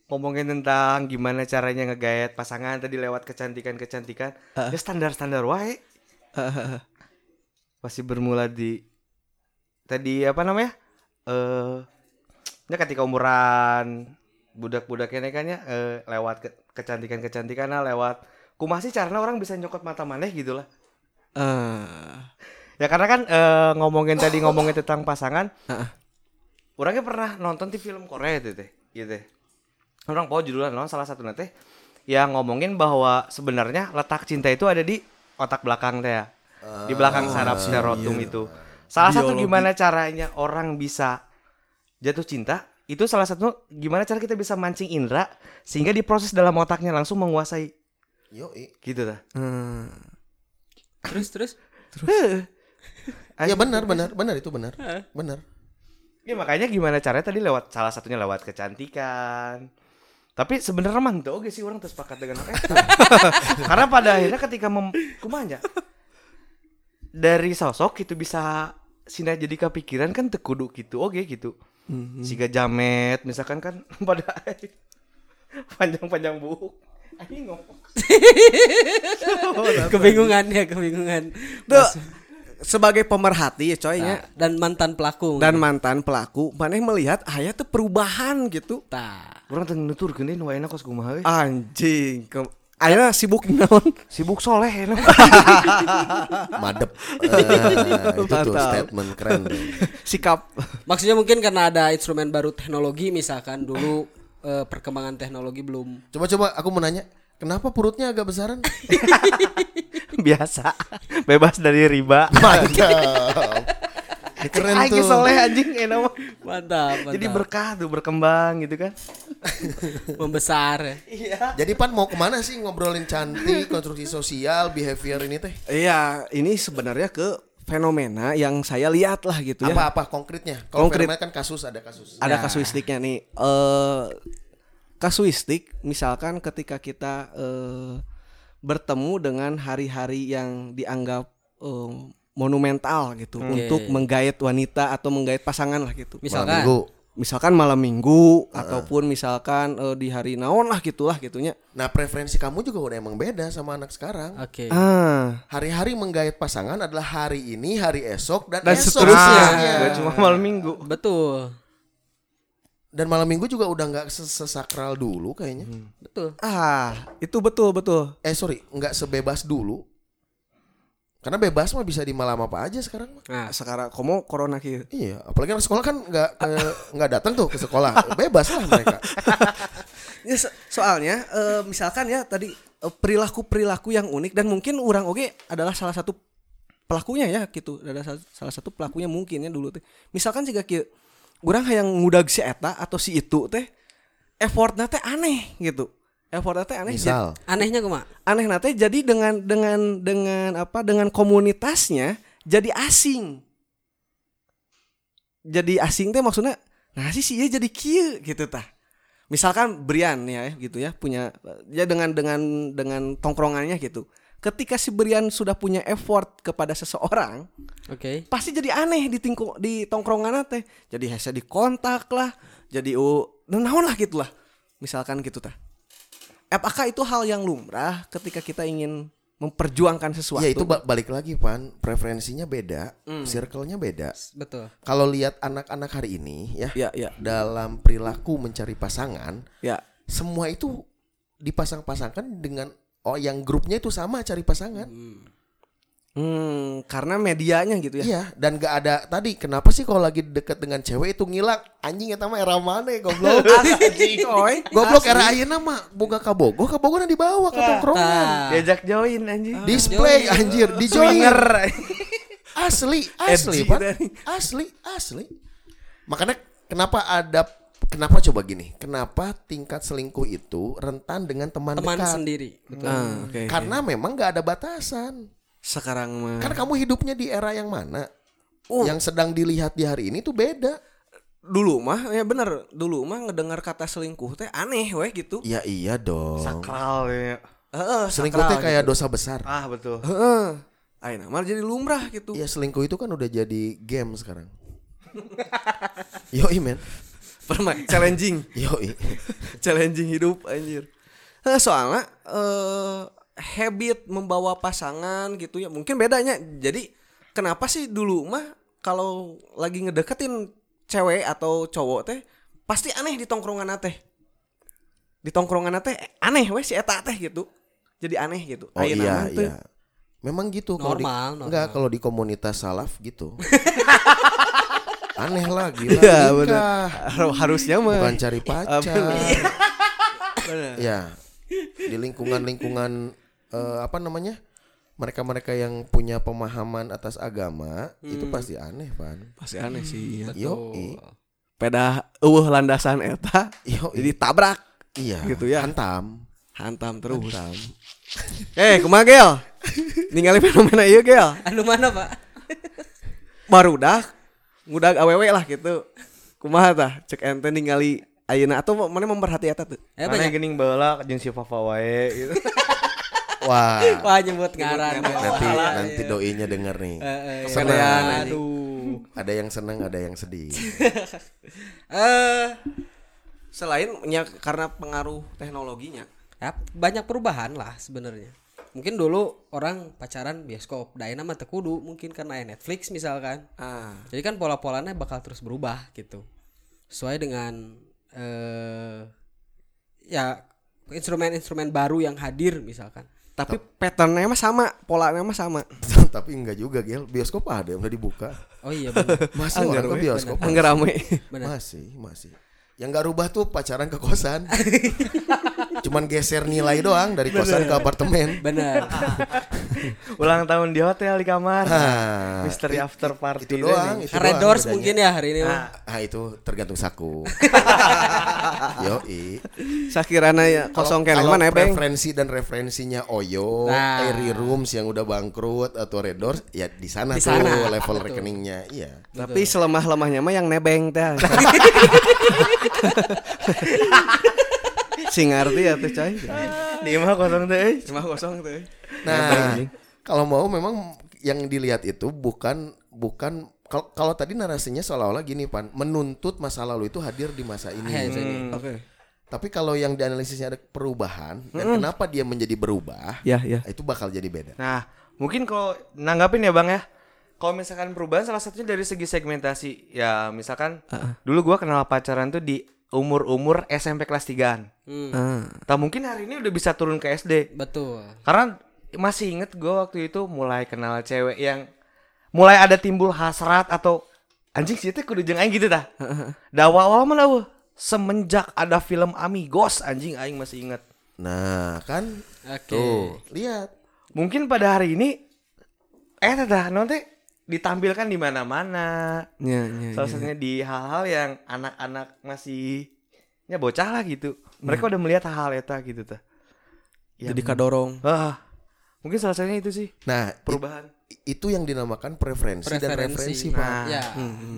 Speaker 3: ngomongin tentang gimana caranya ngegayat pasangan tadi lewat kecantikan-kecantikan ya standar-standar wae pasti bermula di tadi apa namanya eh ya ketika umuran budak-budaknya kan ya eh, lewat ke- kecantikan-kecantikan lah, lewat kumasi karena orang bisa nyokot mata maneh gitu lah
Speaker 6: Eh,
Speaker 3: Ya karena kan eh, ngomongin tadi ngomongin tentang pasangan. Orangnya pernah nonton di film Korea itu teh, gitu. teh. Orang pau judulnya non salah satu nanti yang ngomongin bahwa sebenarnya letak cinta itu ada di otak belakang teh ya. Di belakang saraf serotum itu. Salah satu gimana caranya orang bisa jatuh cinta itu salah satu gimana cara kita bisa mancing indera sehingga diproses dalam otaknya langsung menguasai
Speaker 1: Yoi.
Speaker 3: gitu tah.
Speaker 6: eh,
Speaker 2: terus terus
Speaker 1: Iya benar, benar, benar itu benar. Benar.
Speaker 3: Ya makanya gimana caranya tadi lewat salah satunya lewat kecantikan. Tapi sebenarnya mah teu oge sih orang tersepakat dengan apa eta. Karena pada akhirnya ketika mem kumanya dari sosok itu bisa sina jadi kepikiran kan tekudu gitu oke gitu. Siga jamet misalkan kan pada akhir- panjang-panjang buuk. Anjing ngomong.
Speaker 1: Oh,
Speaker 2: kebingungan ya kebingungan
Speaker 6: tuh, sebagai pemerhati ya coy ya,
Speaker 1: Nah.
Speaker 2: dan mantan pelaku
Speaker 6: dan mantan pelaku maneh melihat ayah tuh perubahan gitu.
Speaker 2: tak
Speaker 3: Orang teu nuturkeun deui nu waena kos kumaha euy.
Speaker 6: Anjing, ke, ayah sibuk naon?
Speaker 3: Sibuk soleh enak.
Speaker 1: Madep. Eh, itu tuh
Speaker 6: Mantap.
Speaker 1: statement keren. tuh.
Speaker 6: Sikap.
Speaker 2: maksudnya mungkin karena ada instrumen baru teknologi misalkan dulu eh, perkembangan teknologi belum
Speaker 1: Coba-coba aku mau nanya, kenapa perutnya agak besaran?
Speaker 3: Biasa. Bebas dari riba.
Speaker 1: Mantap. Keren
Speaker 3: Aing
Speaker 1: tuh.
Speaker 3: ge soleh anjing enak mah.
Speaker 2: mantap, mantap.
Speaker 3: Jadi berkah tuh berkembang gitu kan.
Speaker 2: membesar ya.
Speaker 1: Jadi Pan mau kemana sih ngobrolin cantik, konstruksi sosial, behavior ini teh?
Speaker 6: Iya, ini sebenarnya ke fenomena yang saya lihat lah gitu ya.
Speaker 1: Apa-apa konkretnya? Kalau
Speaker 6: Konkret.
Speaker 1: fenomena kan kasus ada kasus.
Speaker 6: ada kasuistiknya nih. eh kasuistik misalkan ketika kita eh, bertemu dengan hari-hari yang dianggap eh, monumental gitu untuk menggait wanita atau menggait pasangan lah gitu.
Speaker 1: Malam
Speaker 2: misalkan
Speaker 1: minggu.
Speaker 6: Misalkan malam minggu ataupun misalkan eh, di hari naon lah gitulah gitunya.
Speaker 1: Nah preferensi kamu juga udah emang beda sama anak sekarang.
Speaker 2: oke
Speaker 6: Ah,
Speaker 1: Hari-hari menggait pasangan adalah hari ini, hari esok, dan,
Speaker 6: Dan
Speaker 1: esok.
Speaker 6: seterusnya.
Speaker 1: Iya.
Speaker 3: ya, Gak cuma malam minggu.
Speaker 2: betul
Speaker 1: Dan malam minggu juga udah nggak ses- sesakral dulu kayaknya.
Speaker 2: betul
Speaker 6: ah, itu betul betul.
Speaker 1: Eh sorry, nggak sebebas dulu. Karena bebas mah bisa di malam apa aja sekarang. mah.
Speaker 2: nah
Speaker 6: Sekarang komo corona kieu.
Speaker 1: Iya, apalagi anak sekolah kan nggak ke- nggak datang tuh ke sekolah, bebas lah mereka.
Speaker 6: Ya, so- soalnya eh, misalkan ya tadi eh, perilaku-perilaku yang unik dan mungkin orang oge adalah salah satu pelakunya ya gitu. Ada sa- salah satu pelakunya mungkin ya dulu teh. Misalkan jika kieu urang hayang ngudag si eta atau si itu teh effortnya teh aneh gitu. Effortnya teh aneh. jadi-
Speaker 1: Misal, ya
Speaker 2: anehnya kumaha
Speaker 6: aneh nah teh jadi dengan dengan dengan apa dengan komunitasnya jadi asing jadi asing teh maksudnya nah sih sih jadi kieu gitu tah misalkan Brian ya gitu ya punya ya dengan dengan dengan tongkrongannya gitu ketika si Brian sudah punya effort kepada seseorang
Speaker 2: oke
Speaker 6: pasti jadi aneh di tingku di tongkrongan teh jadi hese dikontak lah jadi uh, naon lah gitulah misalkan gitu tah apakah itu hal yang lumrah ketika kita ingin memperjuangkan sesuatu.
Speaker 1: Ya itu ba- balik lagi pan, preferensinya beda, circle-nya beda.
Speaker 2: Betul.
Speaker 1: Kalau lihat anak-anak hari ini ya,
Speaker 6: Ya, ya.
Speaker 1: dalam perilaku mencari pasangan,
Speaker 6: Ya,
Speaker 1: semua itu dipasang-pasangkan dengan oh yang grupnya itu sama cari pasangan.
Speaker 6: Hmm, karena medianya gitu ya.
Speaker 1: Iya, dan gak ada tadi kenapa sih kalau lagi deket dengan cewek itu ngilang anjing eta mah era mana ya, goblok.
Speaker 6: Asli, coy.
Speaker 1: goblok
Speaker 6: Asli.
Speaker 1: era ayeuna mah boga ka Bogor, ka Bogor dibawa ke tongkrongan.
Speaker 2: Nah,
Speaker 3: Diajak join anjing.
Speaker 1: Display
Speaker 2: Join.
Speaker 1: anjir, di join. Asli, asli,
Speaker 6: Edgy
Speaker 1: Pan.
Speaker 6: dari.
Speaker 1: Asli, asli. Makanya kenapa ada kenapa coba gini? Kenapa tingkat selingkuh itu rentan dengan teman,
Speaker 2: teman
Speaker 1: Iya. dekat?
Speaker 2: sendiri. Betul.
Speaker 6: Ah, oke.
Speaker 1: Karena memang gak ada batasan.
Speaker 6: Hmm. Sekarang mah
Speaker 1: Kan kamu hidupnya di era yang mana? Yang sedang dilihat di hari ini tuh beda.
Speaker 6: dulu mah ya bener dulu mah ngedengar kata selingkuh teh aneh weh gitu.
Speaker 1: Ya iya dong.
Speaker 3: Sakral ya.
Speaker 6: Heeh, gitu.
Speaker 1: selingkuh teh kayak dosa besar.
Speaker 3: Ah betul.
Speaker 6: Heeh. Ayeuna mah jadi lumrah gitu.
Speaker 1: Ya selingkuh itu kan udah jadi game sekarang. Yoi men.
Speaker 6: Perma- challenging,
Speaker 1: Yoi.
Speaker 6: challenging hidup anjir. Heeh, soalnya eh habit membawa pasangan gitu ya. Mungkin bedanya. Jadi kenapa sih dulu mah kalau lagi ngedeketin cewek atau cowok teh pasti aneh di tongkrongan teh. di tongkrongan teh aneh weh si eta teh gitu jadi aneh gitu
Speaker 1: Oh
Speaker 6: Ayeuna
Speaker 1: iya
Speaker 6: mah teu.
Speaker 1: iya. Memang gitu kalau di
Speaker 2: Normal, normal.
Speaker 1: enggak kalau di komunitas salaf gitu. Aneh lah gila.
Speaker 6: Iya,
Speaker 1: nikah.
Speaker 6: bener. Har- harusnya mah
Speaker 1: Bukan cari pacar.
Speaker 6: Iya.
Speaker 1: ya. Di lingkungan-lingkungan eh, apa namanya? Mereka-mereka yang punya pemahaman atas agama
Speaker 6: Hmm.
Speaker 1: itu pasti aneh, Pan.
Speaker 6: pasti aneh sih iya.
Speaker 1: Yoi.
Speaker 6: peda eueuh landasan eta
Speaker 1: Yoi.
Speaker 6: jadi tabrak
Speaker 1: Iya.
Speaker 6: Gitu ya.
Speaker 1: Hantam.
Speaker 6: hantam terus
Speaker 1: Hantam.
Speaker 6: eh kumaha gel ningali fenomena ieu gel
Speaker 2: Anu mana pak?
Speaker 6: barudak ngudag awewe lah gitu kumaha tah cek ente ningali ayeuna atau mana memperhati eta tuh
Speaker 2: Eh
Speaker 3: Mana
Speaker 2: banyak.
Speaker 3: gening baheula jeung si Fafa wae gitu.
Speaker 1: Wah.
Speaker 2: Wah nyebut Eh, ngaran.
Speaker 1: nanti
Speaker 3: Iya.
Speaker 1: nanti doinya denger nih.
Speaker 3: Eh,
Speaker 6: Kepedean,
Speaker 1: Senang.
Speaker 6: anjing.
Speaker 1: Ada yang senang, ada yang sedih.
Speaker 2: Eh,
Speaker 6: selain nya karena pengaruh teknologinya
Speaker 2: ya, banyak perubahan lah sebenarnya. Mungkin dulu orang pacaran bioskop, daena mah teu kudu mungkin karena aya Netflix misalkan.
Speaker 6: ah
Speaker 2: Jadi kan pola-polanya bakal terus berubah gitu. Sesuai dengan eh ya instrumen-instrumen baru yang hadir misalkan.
Speaker 6: tapi patternnya mah sama polanya mah sama
Speaker 1: Tapi enggak juga, Gil. Bioskop ada udah dibuka.
Speaker 2: Oh iya benar.
Speaker 1: Masih orang ke bioskop.
Speaker 6: Angger rame
Speaker 2: Benar.
Speaker 1: Masih, masih. Yang nggak rubah tuh pacaran ke kosan. Cuman geser nilai doang dari kosan ke apartemen.
Speaker 2: benar.
Speaker 3: Ulang tahun di hotel di kamar.
Speaker 1: Ah,
Speaker 3: Misteri
Speaker 1: i-
Speaker 3: after party
Speaker 1: itu
Speaker 3: deh
Speaker 1: doang.
Speaker 3: nih.
Speaker 1: Itu
Speaker 2: Red
Speaker 1: doang
Speaker 2: Doors
Speaker 1: bedanya.
Speaker 2: mungkin ya hari ini. mah.
Speaker 1: Ah, itu tergantung saku. Yoi.
Speaker 6: Sakirana ya kosong kene
Speaker 1: Kalau
Speaker 6: mana ya beng
Speaker 1: referensi dan referensinya Oyo,
Speaker 2: Nah.
Speaker 1: Airy Rooms yang udah bangkrut atau Red Doors, ya di sana
Speaker 2: Di
Speaker 1: tuh
Speaker 2: sana,
Speaker 1: level
Speaker 2: betul.
Speaker 1: rekeningnya. Iya.
Speaker 6: tapi selemah lemahnya mah yang nebeng teh sing arti ya tuh coy
Speaker 3: Di mah kosong eh. teh. euy.
Speaker 6: cuma kosong tuh
Speaker 1: Nah, kalau mau memang yang dilihat itu bukan bukan kalau kalau tadi narasinya seolah-olah gini pan menuntut masa lalu itu hadir di masa
Speaker 2: Ya,
Speaker 1: ini. Hmm.
Speaker 2: jadi.
Speaker 6: oke
Speaker 1: Tapi kalau yang dianalisisnya ada perubahan dan kenapa dia menjadi berubah,
Speaker 6: ya ya
Speaker 1: itu bakal jadi beda.
Speaker 3: Nah, mungkin kalau nanggapin ya Bang ya. Kalau misalkan perubahan salah satunya dari segi segmentasi. Ya, misalkan dulu gua kenal pacaran tuh di umur-umur SMP kelas 3-an.
Speaker 2: Hmm,
Speaker 6: ah
Speaker 3: Tak mungkin hari ini udah bisa turun ke SD.
Speaker 2: betul.
Speaker 3: Karena masih inget gua waktu itu mulai kenal cewek yang mulai ada timbul hasrat atau anjing sih itu kudu jeung aing gitu dah. Da awal-awal mah eueuh. semenjak ada film Amigos anjing aing masih inget.
Speaker 1: Nah, kan
Speaker 2: Oke.
Speaker 1: tuh, lihat.
Speaker 3: Mungkin pada hari ini eh dah nanti ditampilkan di mana-mana.
Speaker 6: ya ya,
Speaker 3: Salah
Speaker 6: ya.
Speaker 3: satunya di hal-hal yang anak-anak masih ya bocah lah gitu. Mereka udah melihat hal-hal eta gitu tah. Ya,
Speaker 6: jadi kadorong
Speaker 3: Ah, mungkin salah satunya itu sih
Speaker 1: Nah, i-
Speaker 3: perubahan.
Speaker 1: itu yang dinamakan preferensi, dan referensi,
Speaker 2: Preferensi.
Speaker 1: Pak. Hmm,
Speaker 2: Ya,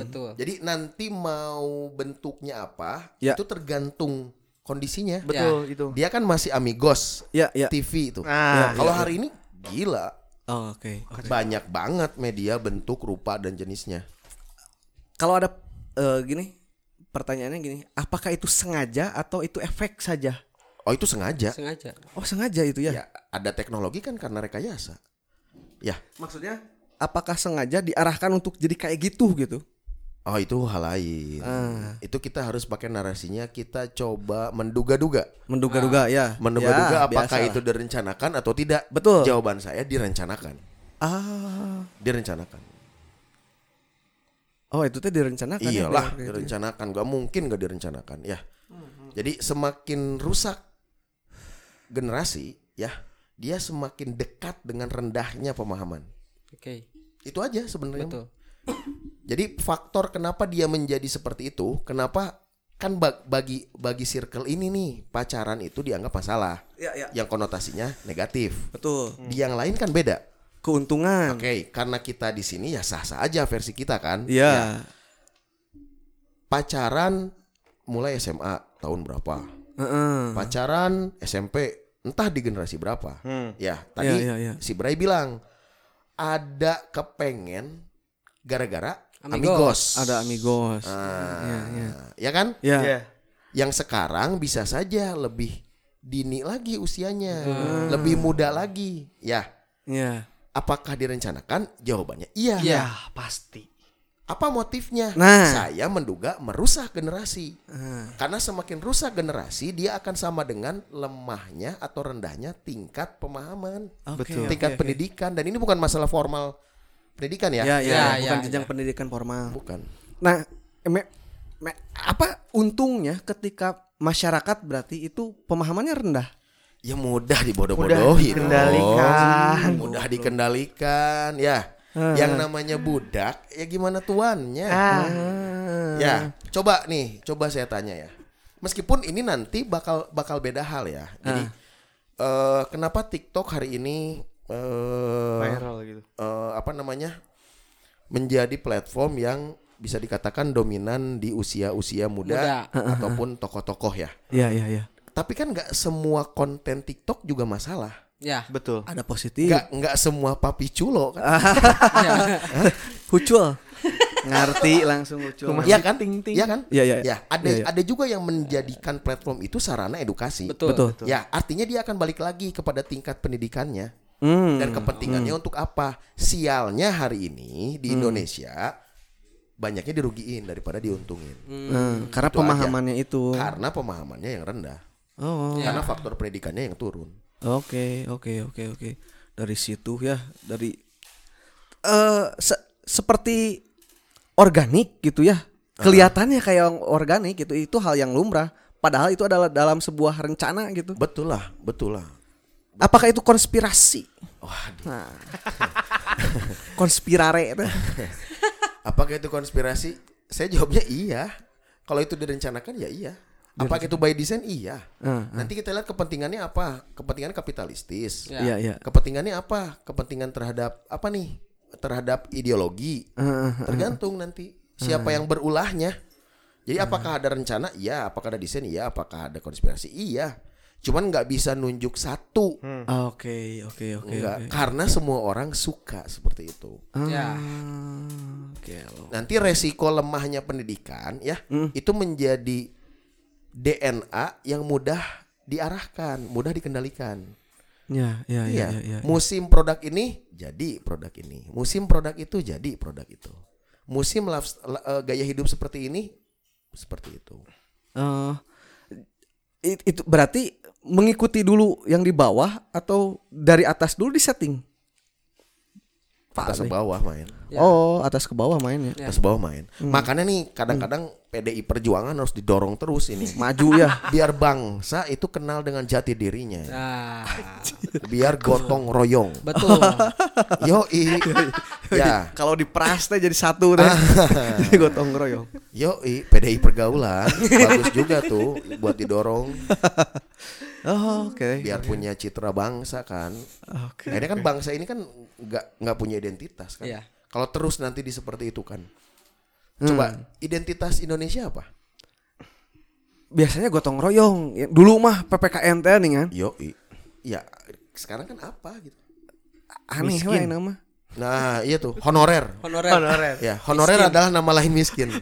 Speaker 2: betul.
Speaker 1: Jadi nanti mau bentuknya apa,
Speaker 6: Ya.
Speaker 1: itu tergantung kondisinya.
Speaker 3: Betul itu.
Speaker 1: Dia kan masih amigos
Speaker 6: ya ya
Speaker 1: TV itu.
Speaker 3: Nah,
Speaker 1: Kalau hari ini gila,
Speaker 6: Oh, oke
Speaker 1: banyak banget media bentuk rupa dan jenisnya.
Speaker 6: kalau ada eh, gini pertanyaannya gini apakah itu sengaja atau itu efek saja
Speaker 1: Oh itu sengaja.
Speaker 2: sengaja.
Speaker 6: Oh sengaja itu ya?
Speaker 1: Ya ada teknologi kan karena rekayasa. Ya.
Speaker 6: Maksudnya? Apakah sengaja diarahkan untuk jadi kayak gitu gitu?
Speaker 1: Oh itu hal lain. Itu kita harus pakai narasinya kita coba menduga-duga.
Speaker 6: Menduga-duga ya.
Speaker 1: Menduga-duga
Speaker 6: Ya,
Speaker 1: apakah
Speaker 6: biasalah.
Speaker 1: itu direncanakan atau tidak.
Speaker 6: Betul.
Speaker 1: Jawaban saya direncanakan.
Speaker 6: Ah.
Speaker 1: Direncanakan.
Speaker 6: Oh itu teh direncanakan. ya,
Speaker 1: Iyalah
Speaker 6: benar, kayak gitu.
Speaker 1: Iya direncanakan. Gak mungkin gak direncanakan. Ya.
Speaker 6: Mm-hmm.
Speaker 1: Jadi semakin rusak generasi ya dia semakin dekat dengan rendahnya pemahaman.
Speaker 2: Oke,
Speaker 1: Itu aja sebenarnya.
Speaker 2: betul.
Speaker 1: Jadi faktor kenapa dia menjadi seperti itu, kenapa kan ba- bagi bagi circle ini nih pacaran itu dianggap masalah
Speaker 6: Iya, iya.
Speaker 1: yang konotasinya negatif.
Speaker 6: Betul.
Speaker 1: Di yang lain kan beda.
Speaker 6: Hmm. Keuntungan.
Speaker 1: Oke, karena kita di sini ya sah-sah aja versi kita kan.
Speaker 6: Iya.
Speaker 1: Ya, pacaran mulai SMA tahun berapa?
Speaker 6: Heeh.
Speaker 1: Hmm. Pacaran SMP entah di generasi berapa.
Speaker 3: Hmm.
Speaker 1: Ya, tadi
Speaker 6: Iya, iya, iya.
Speaker 1: si Bray bilang ada kepengen gara-gara
Speaker 2: Amigos.
Speaker 1: amigos.
Speaker 6: Ada amigos.
Speaker 1: Ah,
Speaker 6: Iya, iya.
Speaker 1: ya kan?
Speaker 6: Ya.
Speaker 3: Iya.
Speaker 1: yang sekarang bisa saja lebih dini lagi usianya, lebih muda lagi. Ya,
Speaker 6: Iya.
Speaker 1: apakah direncanakan? Jawabannya iya.
Speaker 3: Ya, pasti.
Speaker 1: Apa motifnya?
Speaker 6: Nah.
Speaker 1: Saya menduga merusak generasi.
Speaker 6: Ah.
Speaker 1: Karena semakin rusak generasi, dia akan sama dengan lemahnya atau rendahnya tingkat pemahaman,
Speaker 6: Oke,
Speaker 1: Betul.
Speaker 6: oke,
Speaker 1: tingkat
Speaker 6: oke.
Speaker 1: pendidikan. Dan ini bukan masalah formal pendidikan ya.
Speaker 6: Ya, ya,
Speaker 2: Ya,
Speaker 6: bukan
Speaker 2: ya,
Speaker 6: jenjang
Speaker 2: ya.
Speaker 6: pendidikan formal.
Speaker 1: Bukan.
Speaker 6: Nah, me- me- apa untungnya ketika masyarakat berarti itu pemahamannya rendah?
Speaker 1: Ya mudah
Speaker 3: Mudah
Speaker 1: dibodoh-bodohin.
Speaker 3: dikendalikan.
Speaker 1: dong. Mudah dikendalikan ya. Yang namanya budak ya gimana tuannya.
Speaker 6: Ah.
Speaker 3: Ah.
Speaker 1: Ya, coba nih, coba saya tanya ya. Meskipun ini nanti bakal bakal beda hal ya. Jadi eh, kenapa TikTok hari ini eh
Speaker 3: Viral gitu.
Speaker 1: eh, apa namanya? menjadi platform yang bisa dikatakan dominan di usia-usia muda, ataupun tokoh-tokoh ya.
Speaker 6: Iya, iya, iya.
Speaker 1: Tapi kan nggak semua konten TikTok juga masalah.
Speaker 2: Ya.
Speaker 3: Betul.
Speaker 6: Ada positif.
Speaker 1: nggak nggak semua papi culo
Speaker 6: Ah,
Speaker 1: kan
Speaker 6: Hucul. Ngerti langsung Ya, hucul.
Speaker 1: Iya kan? Iya kan?
Speaker 6: Iya, iya, iya.
Speaker 1: Ya, ada
Speaker 6: Iya, iya.
Speaker 1: ada juga yang menjadikan platform itu sarana edukasi.
Speaker 2: Betul.
Speaker 6: Betul.
Speaker 1: Ya, artinya dia akan balik lagi kepada tingkat pendidikannya
Speaker 6: Hmm. Hmm.
Speaker 1: dan kepentingannya untuk apa? Sialnya hari ini di Indonesia banyaknya dirugiin daripada diuntungin.
Speaker 6: Nah, karena
Speaker 1: Hmm, aja.
Speaker 6: pemahamannya itu.
Speaker 1: Karena pemahamannya yang rendah.
Speaker 6: Oh,
Speaker 1: Karena faktor pendidikannya yang turun.
Speaker 6: Oke, oke, oke, oke. Dari situ ya, dari eh se- seperti organik gitu ya. Kelihatannya kayak organik gitu, itu hal yang lumrah. Padahal itu adalah dalam sebuah rencana gitu.
Speaker 1: Betul lah, betul lah.
Speaker 6: Apakah itu konspirasi?
Speaker 1: Waduh.
Speaker 6: Nah. Konspirare itu.
Speaker 1: Apakah itu konspirasi? Saya jawabnya iya. Kalau itu direncanakan ya iya. Apakah itu by design? Iya.
Speaker 6: Ah,
Speaker 1: Nanti kita lihat kepentingannya apa. Kepentingan kapitalistis.
Speaker 2: Ya.
Speaker 6: Iya, iya.
Speaker 1: Kepentingannya apa? Kepentingan terhadap apa nih? Terhadap ideologi.
Speaker 6: Ah,
Speaker 1: Tergantung nanti siapa yang berulahnya. Jadi
Speaker 6: Ah,
Speaker 1: apakah ada rencana? Iya. Apakah ada desain? Iya. Apakah ada konspirasi? Iya. Cuman nggak bisa nunjuk satu.
Speaker 6: Hmm. Ah, Oke, oke, oke.
Speaker 1: Nggak. Karena semua orang suka seperti itu.
Speaker 2: Ya.
Speaker 6: Ah, Oke. loh.
Speaker 1: Nanti resiko lemahnya pendidikan ya
Speaker 6: Hmm.
Speaker 1: itu menjadi DNA yang mudah diarahkan, mudah dikendalikan. Iya.
Speaker 6: Ya, ya, ya, ya, ya.
Speaker 1: Musim produk ini jadi produk ini. Musim produk itu jadi produk itu. Musim lifes- la- eh, gaya hidup seperti ini seperti itu.
Speaker 6: eh it- itu berarti mengikuti dulu yang di bawah atau dari atas dulu di setting?
Speaker 1: Atas ke bawah main.
Speaker 2: Ya.
Speaker 6: Oh, atas ke bawah mainnya.
Speaker 1: Atas bawah main.
Speaker 6: Hmm.
Speaker 1: Makanya nih kadang-kadang PDI Perjuangan harus didorong terus ini.
Speaker 6: Maju ya.
Speaker 1: Biar bangsa itu kenal dengan jati dirinya.
Speaker 2: Nah,
Speaker 1: Biar gotong royong.
Speaker 2: betul.
Speaker 1: Yoi. ya.
Speaker 6: Kalau di pras teh jadi satu deh. jadi gotong royong.
Speaker 1: Yoi, PDI pergaulan bagus juga tuh buat didorong
Speaker 6: Oh, oke.
Speaker 1: biar punya citra bangsa kan.
Speaker 6: Oke.
Speaker 1: Akhirnya kan bangsa ini kan nggak nggak punya identitas kan.
Speaker 2: Iya.
Speaker 1: Kalau terus nanti di seperti itu kan.
Speaker 6: Hmm.
Speaker 1: Coba identitas Indonesia apa?
Speaker 6: Biasanya gotong royong. Ya, Dulu mah PPKM teh nih kan.
Speaker 1: Yoi. Ya, sekarang kan apa gitu.
Speaker 6: Aneh
Speaker 3: Miskin.
Speaker 6: lah nama.
Speaker 1: Nah, iya tuh, honorer.
Speaker 2: Honorer.
Speaker 3: Honorer.
Speaker 1: Ya, honorer adalah nama lain miskin.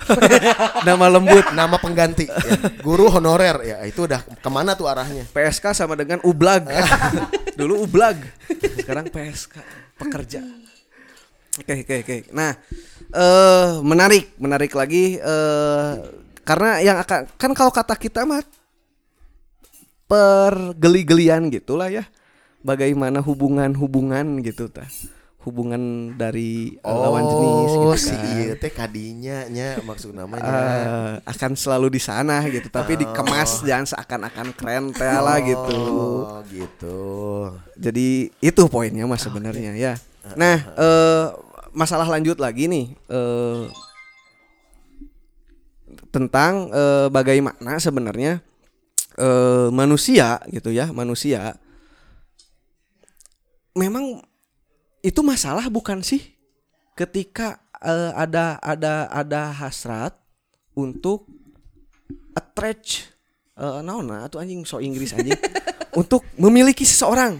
Speaker 6: Nama lembut
Speaker 1: nama pengganti. Ya. Guru honorer, ya itu udah kemana tuh arahnya?
Speaker 6: PSK sama dengan Ublag. Dulu Ublag, sekarang PSK, pekerja. Oke, oke, oke. Nah, eh menarik, menarik lagi eh karena yang akan kan kalau kata kita mah pergeli-gelian gitulah ya. Bagaimana hubungan-hubungan gitu tah. Hubungan dari eh, lawan jenis
Speaker 1: Oh, si
Speaker 6: gitu kan.
Speaker 1: iya teh kadinya nya maksud namanya.
Speaker 6: Eh, akan selalu di sana gitu, tapi dikemas jangan seakan-akan keren teh lah gitu.
Speaker 1: Oh, gitu.
Speaker 6: Jadi itu poinnya mas sebenarnya ya. Nah eh, masalah lanjut lagi nih eh, tentang eh, bagaimana sebenarnya eh, manusia gitu ya manusia memang itu masalah bukan sih ketika eh, ada ada ada hasrat untuk attract eh naona atau anjing so Inggris anjing untuk memiliki seseorang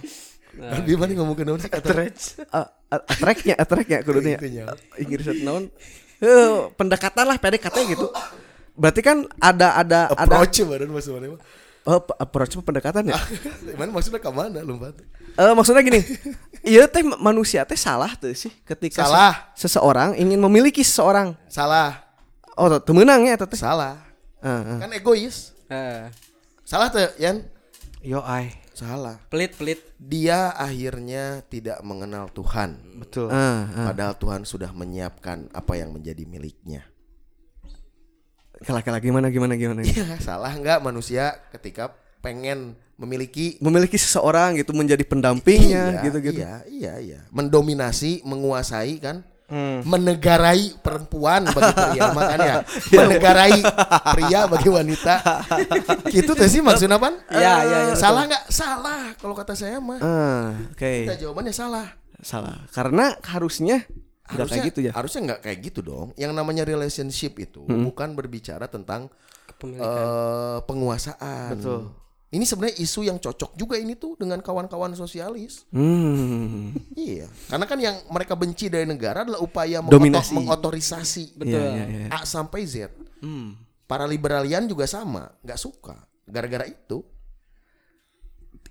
Speaker 1: Di mana ngomongin naon sih kata
Speaker 6: uh, attract-nya attract-nya kudunya.
Speaker 1: Itunya.
Speaker 6: Eh, Inggris itu naon? Eh, pendekatan lah PDKT gitu. Berarti kan ada ada ada
Speaker 1: approach badan maksud mana? mah?
Speaker 6: Eh, pe- approach mah pendekatan ya.
Speaker 1: Mana maksudnya ke mana lompat?
Speaker 6: Eh, maksudnya gini, iya teh manusia teh salah tuh sih ketika se-
Speaker 1: Salah.
Speaker 6: seseorang ingin memiliki seseorang.
Speaker 1: Salah.
Speaker 6: Oh, temenang ya Ah. teteh.
Speaker 1: Salah.
Speaker 6: Heeh.
Speaker 1: Kan egois.
Speaker 2: Eh,
Speaker 1: Salah tuh, Yan?
Speaker 6: Yo ai.
Speaker 1: Salah.
Speaker 2: pelit pelit.
Speaker 1: Dia akhirnya tidak mengenal Tuhan.
Speaker 3: Betul.
Speaker 6: Ah, ah.
Speaker 1: Padahal Tuhan sudah menyiapkan apa yang menjadi miliknya.
Speaker 6: Kelak-kelak gimana gimana gimana.
Speaker 1: Iya, salah nggak manusia ketika pengen memiliki
Speaker 6: Memiliki seseorang gitu menjadi pendampingnya
Speaker 1: Iya,
Speaker 6: gitu-gitu.
Speaker 1: Iya, iya, iya. Mendominasi, menguasai kan?
Speaker 6: Hmm.
Speaker 1: Menegarai perempuan bagi pria makanya.
Speaker 6: Iya.
Speaker 1: Menegarai pria bagi wanita. gitu tuh sih maksudnya apa?
Speaker 2: Iya, iya, iya,
Speaker 1: Salah nggak? Salah kalau kata saya mah.
Speaker 6: Ah, oke.
Speaker 1: Kita jawabannya salah.
Speaker 6: Salah. Karena harusnya nggak
Speaker 1: harusnya
Speaker 6: kayak gitu ya. Hmm.
Speaker 1: harusnya nggak kayak gitu dong yang namanya relationship itu bukan berbicara tentang eh, penguasaan
Speaker 3: Betul.
Speaker 1: ini sebenarnya isu yang cocok juga ini tuh dengan kawan-kawan sosialis
Speaker 6: Hmm.
Speaker 1: iya karena kan yang mereka benci dari negara adalah upaya mengoto-
Speaker 6: Dominasi.
Speaker 1: mengotorisasi
Speaker 2: Betul.
Speaker 6: Iya, iya, iya.
Speaker 1: A sampai Z
Speaker 6: hmm,
Speaker 1: para liberalian juga sama nggak suka gara-gara itu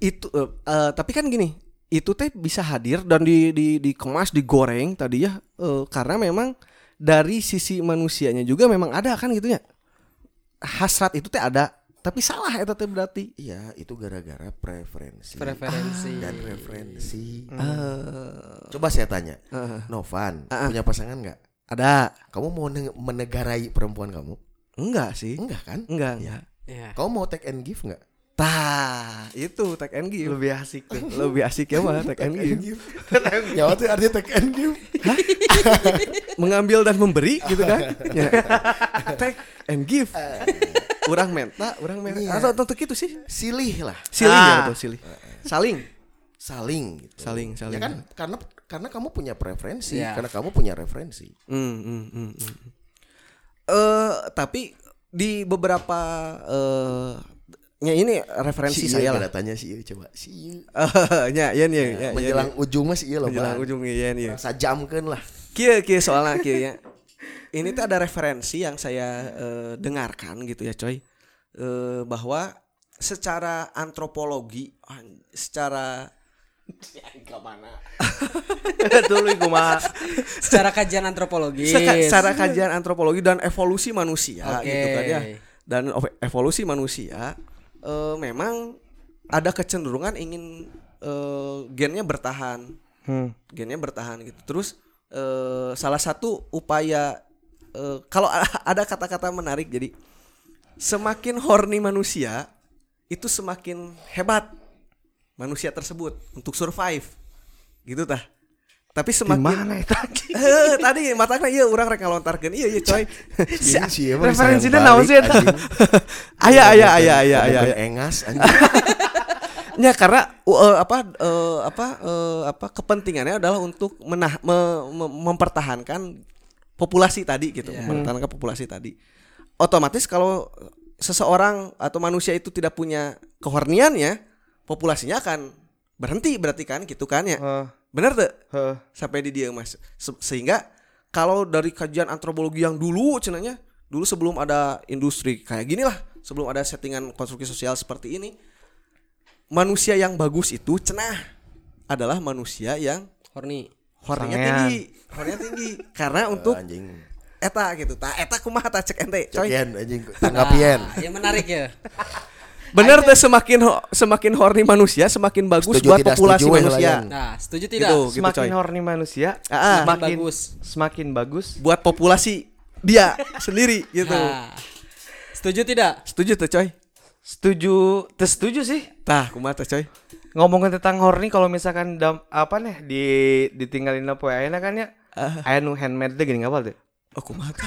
Speaker 6: Itu eh, eh, tapi kan gini, itu teh bisa hadir dan di di dikemas, digoreng tadi ya eh, karena memang dari sisi manusianya juga memang ada kan gitu ya. Hasrat itu teh ada, tapi salah itu teh berarti.
Speaker 1: iya itu gara-gara preferensi
Speaker 2: Preferensi.
Speaker 1: dan referensi
Speaker 6: Hmm.
Speaker 1: Eh,
Speaker 6: Eh,
Speaker 1: coba saya tanya Novan punya pasangan nggak
Speaker 6: Ada.
Speaker 1: Kamu mau neng- menegarai perempuan kamu?
Speaker 6: Enggak sih?
Speaker 1: Enggak kan?
Speaker 6: Enggak, enggak.
Speaker 2: Ya.
Speaker 1: Kamu mau take and give enggak?
Speaker 6: Tah, itu tag and give.
Speaker 3: Lebih asik deh.
Speaker 6: Lebih asik ya mah tag and give.
Speaker 1: give. ya waktu artinya take and give.
Speaker 6: Mengambil dan memberi gitu kan. Ya. Take and give. Urang menta, urang menta.
Speaker 1: Iya.
Speaker 6: Atau tentu gitu sih.
Speaker 1: Silih lah,
Speaker 6: Silih
Speaker 3: Ah.
Speaker 6: ya betul silih. Saling.
Speaker 1: saling gitu.
Speaker 6: Saling, saling.
Speaker 1: Ya kan? Karena karena kamu punya preferensi,
Speaker 2: Iya.
Speaker 1: karena kamu punya referensi.
Speaker 6: Hmm, hmm, hmm, hmm. Eh, tapi di beberapa eh nya ini referensi
Speaker 1: Si
Speaker 6: saya
Speaker 1: saya
Speaker 6: lah.
Speaker 1: tanya si Ieu coba. Si Iya. Ieu
Speaker 6: Eh, nya ya ya, ya,
Speaker 1: menjelang ujung mas iya loh.
Speaker 6: menjelang
Speaker 1: Bang.
Speaker 6: ujung ya ya.
Speaker 1: Sajamkeun lah.
Speaker 6: Kia kia soalnya kia ya. Ini tuh ada referensi yang saya eh, dengarkan gitu ya coy. Eh, bahwa secara antropologi, an- secara
Speaker 3: Dulu kumaha.
Speaker 2: Secara kajian antropologis.
Speaker 6: Secara, secara kajian antropologi dan evolusi manusia
Speaker 2: Oke.
Speaker 6: gitu kan ya. Dan ov- evolusi manusia eh, memang ada kecenderungan ingin eh, gennya bertahan. Gennya bertahan gitu. Terus eh, salah satu upaya eh, kalau a- ada kata-kata menarik jadi semakin horny manusia itu semakin hebat manusia tersebut untuk survive gitu tah tapi semakin Eh, tadi matanya iya orang rek ngalontarkeun iya iya coy
Speaker 1: Si si Ieu mah
Speaker 3: referensinya
Speaker 1: disayang
Speaker 3: naon sih
Speaker 1: balik,
Speaker 3: eta?
Speaker 1: anjing.
Speaker 6: aya aya aya aya
Speaker 1: Ngomongkeun
Speaker 6: aya
Speaker 1: Engas anjing.
Speaker 6: ya karena uh, apa uh, apa uh, apa kepentingannya adalah untuk menah me- me- mempertahankan populasi tadi gitu mempertahankan populasi tadi otomatis kalau seseorang atau manusia itu tidak punya kehorniannya populasinya akan berhenti berarti kan gitu kan ya
Speaker 3: Eh,
Speaker 6: Bener tuh?
Speaker 3: Heeh.
Speaker 6: Sampai di dia mas. Se- sehingga kalau dari kajian antropologi yang dulu cenanya, dulu sebelum ada industri kayak gini lah, sebelum ada settingan konstruksi sosial seperti ini, manusia yang bagus itu cenah adalah manusia yang
Speaker 2: horny
Speaker 6: hornya
Speaker 3: Sangean.
Speaker 6: tinggi, hornya tinggi karena untuk
Speaker 1: anjing.
Speaker 6: eta gitu. Tah eta kumaha tah cek ente, coy.
Speaker 1: Cekian anjing tanggapien.
Speaker 2: Ah, ya menarik ya
Speaker 6: Bener tuh semakin ho- semakin horny manusia semakin bagus
Speaker 1: Setuju
Speaker 6: buat
Speaker 1: tidak
Speaker 6: populasi
Speaker 1: setuju,
Speaker 6: manusia.
Speaker 1: Helayan.
Speaker 2: nah setuju tidak
Speaker 6: Gitu, gitu
Speaker 3: Semakin
Speaker 6: coy.
Speaker 3: horny manusia,
Speaker 6: Ah, ah.
Speaker 3: semakin
Speaker 2: Bagus.
Speaker 3: semakin bagus.
Speaker 6: Buat populasi dia sendiri gitu.
Speaker 2: Nah, setuju tidak
Speaker 6: Setuju tuh coy.
Speaker 3: Setuju, teu setuju sih.
Speaker 6: Tah, kumaha teh coy? Oh,
Speaker 3: Ngomongin tentang horny kalau misalkan dam, apa nih di ditinggalin apa ya kan ya? Aya nu handmade teh gini ngapal teh?
Speaker 6: Oh, kumaha teh?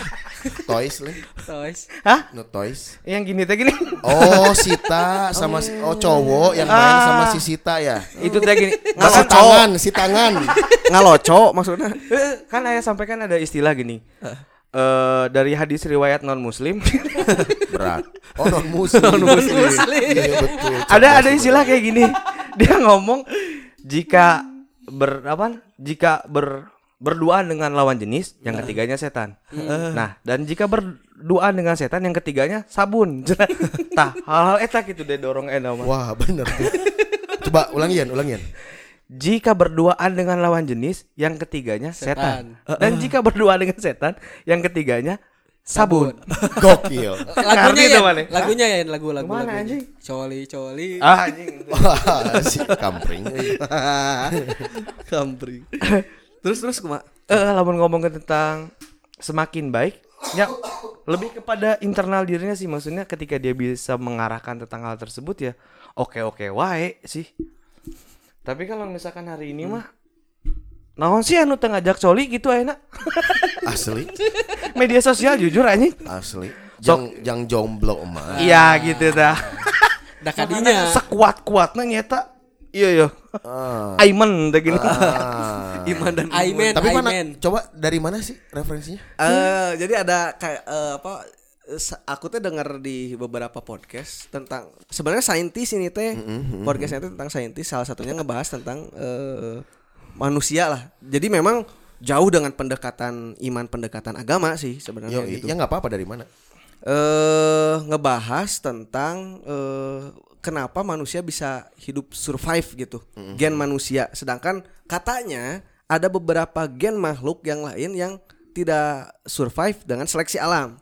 Speaker 1: Toys leh.
Speaker 2: Toys.
Speaker 3: Hah?
Speaker 1: No toys.
Speaker 3: Eh, Yang gini teh gini.
Speaker 1: Oh, Sita sama si oh cowok yang main sama si Sita ya.
Speaker 3: Itu teh gini.
Speaker 1: Oh, si tangan, si tangan.
Speaker 6: Ngaloco maksudnya.
Speaker 3: Eh, kan ayah sampaikan ada istilah gini eh dari hadis riwayat non muslim
Speaker 1: Berat. Oh, non muslim. Iya, betul.
Speaker 3: ada ada istilah kayak gini dia ngomong jika ber apa jika ber berduaan dengan lawan jenis yang ketiganya setan nah dan jika berduaan dengan setan yang ketiganya sabun tah hal-hal eta gitu deh dorong ena mah.
Speaker 1: Wah, bener tuh. Coba ulangian, ulangian.
Speaker 3: jika berduaan dengan lawan jenis yang ketiganya setan, Eh. dan jika berduaan dengan setan yang ketiganya sabun,
Speaker 1: Gokil.
Speaker 2: Lagunya
Speaker 3: Ngerti
Speaker 2: ya,
Speaker 3: tuh, Mane?
Speaker 2: lagunya ya, lagu lagu
Speaker 3: Kemana,
Speaker 2: lagunya.
Speaker 3: anjing?
Speaker 2: Coli coli.
Speaker 3: ah anjing
Speaker 1: Wah, si kampring.
Speaker 6: Kampri. terus terus kumaha?
Speaker 3: eh lamun ngomongin tentang semakin baik ya lebih kepada internal dirinya sih maksudnya ketika dia bisa mengarahkan tentang hal tersebut ya oke oke wae sih tapi kalau misalkan hari ini mah naon sih anu teu ngajak coli gitu enak
Speaker 1: Asli,
Speaker 3: media sosial jujur anjing
Speaker 1: asli. Jang jang jomblo mah.
Speaker 3: iya gitu dah
Speaker 2: Dah kadinya.
Speaker 3: sekuat kuatnya nyeta iya iya
Speaker 1: Ah.
Speaker 3: Aiman teh gini
Speaker 1: Ah.
Speaker 6: Iman dan
Speaker 2: I man,
Speaker 1: Tapi
Speaker 2: I
Speaker 1: mana?
Speaker 2: man.
Speaker 1: Coba dari mana sih referensinya?
Speaker 6: Eh, jadi ada kayak eh, apa sa- aku tuh dengar di beberapa podcast tentang sebenarnya saintis ini teh podcastnya teh tentang saintis salah satunya ngebahas tentang eh, manusia lah jadi memang jauh dengan pendekatan iman pendekatan agama sih
Speaker 1: Yo,
Speaker 6: sebenarnya gitu
Speaker 1: ya nggak apa-apa dari mana.
Speaker 6: eh ngebahas tentang eh, kenapa manusia bisa hidup survive gitu gen manusia sedangkan katanya ada beberapa gen makhluk yang lain yang tidak survive dengan seleksi alam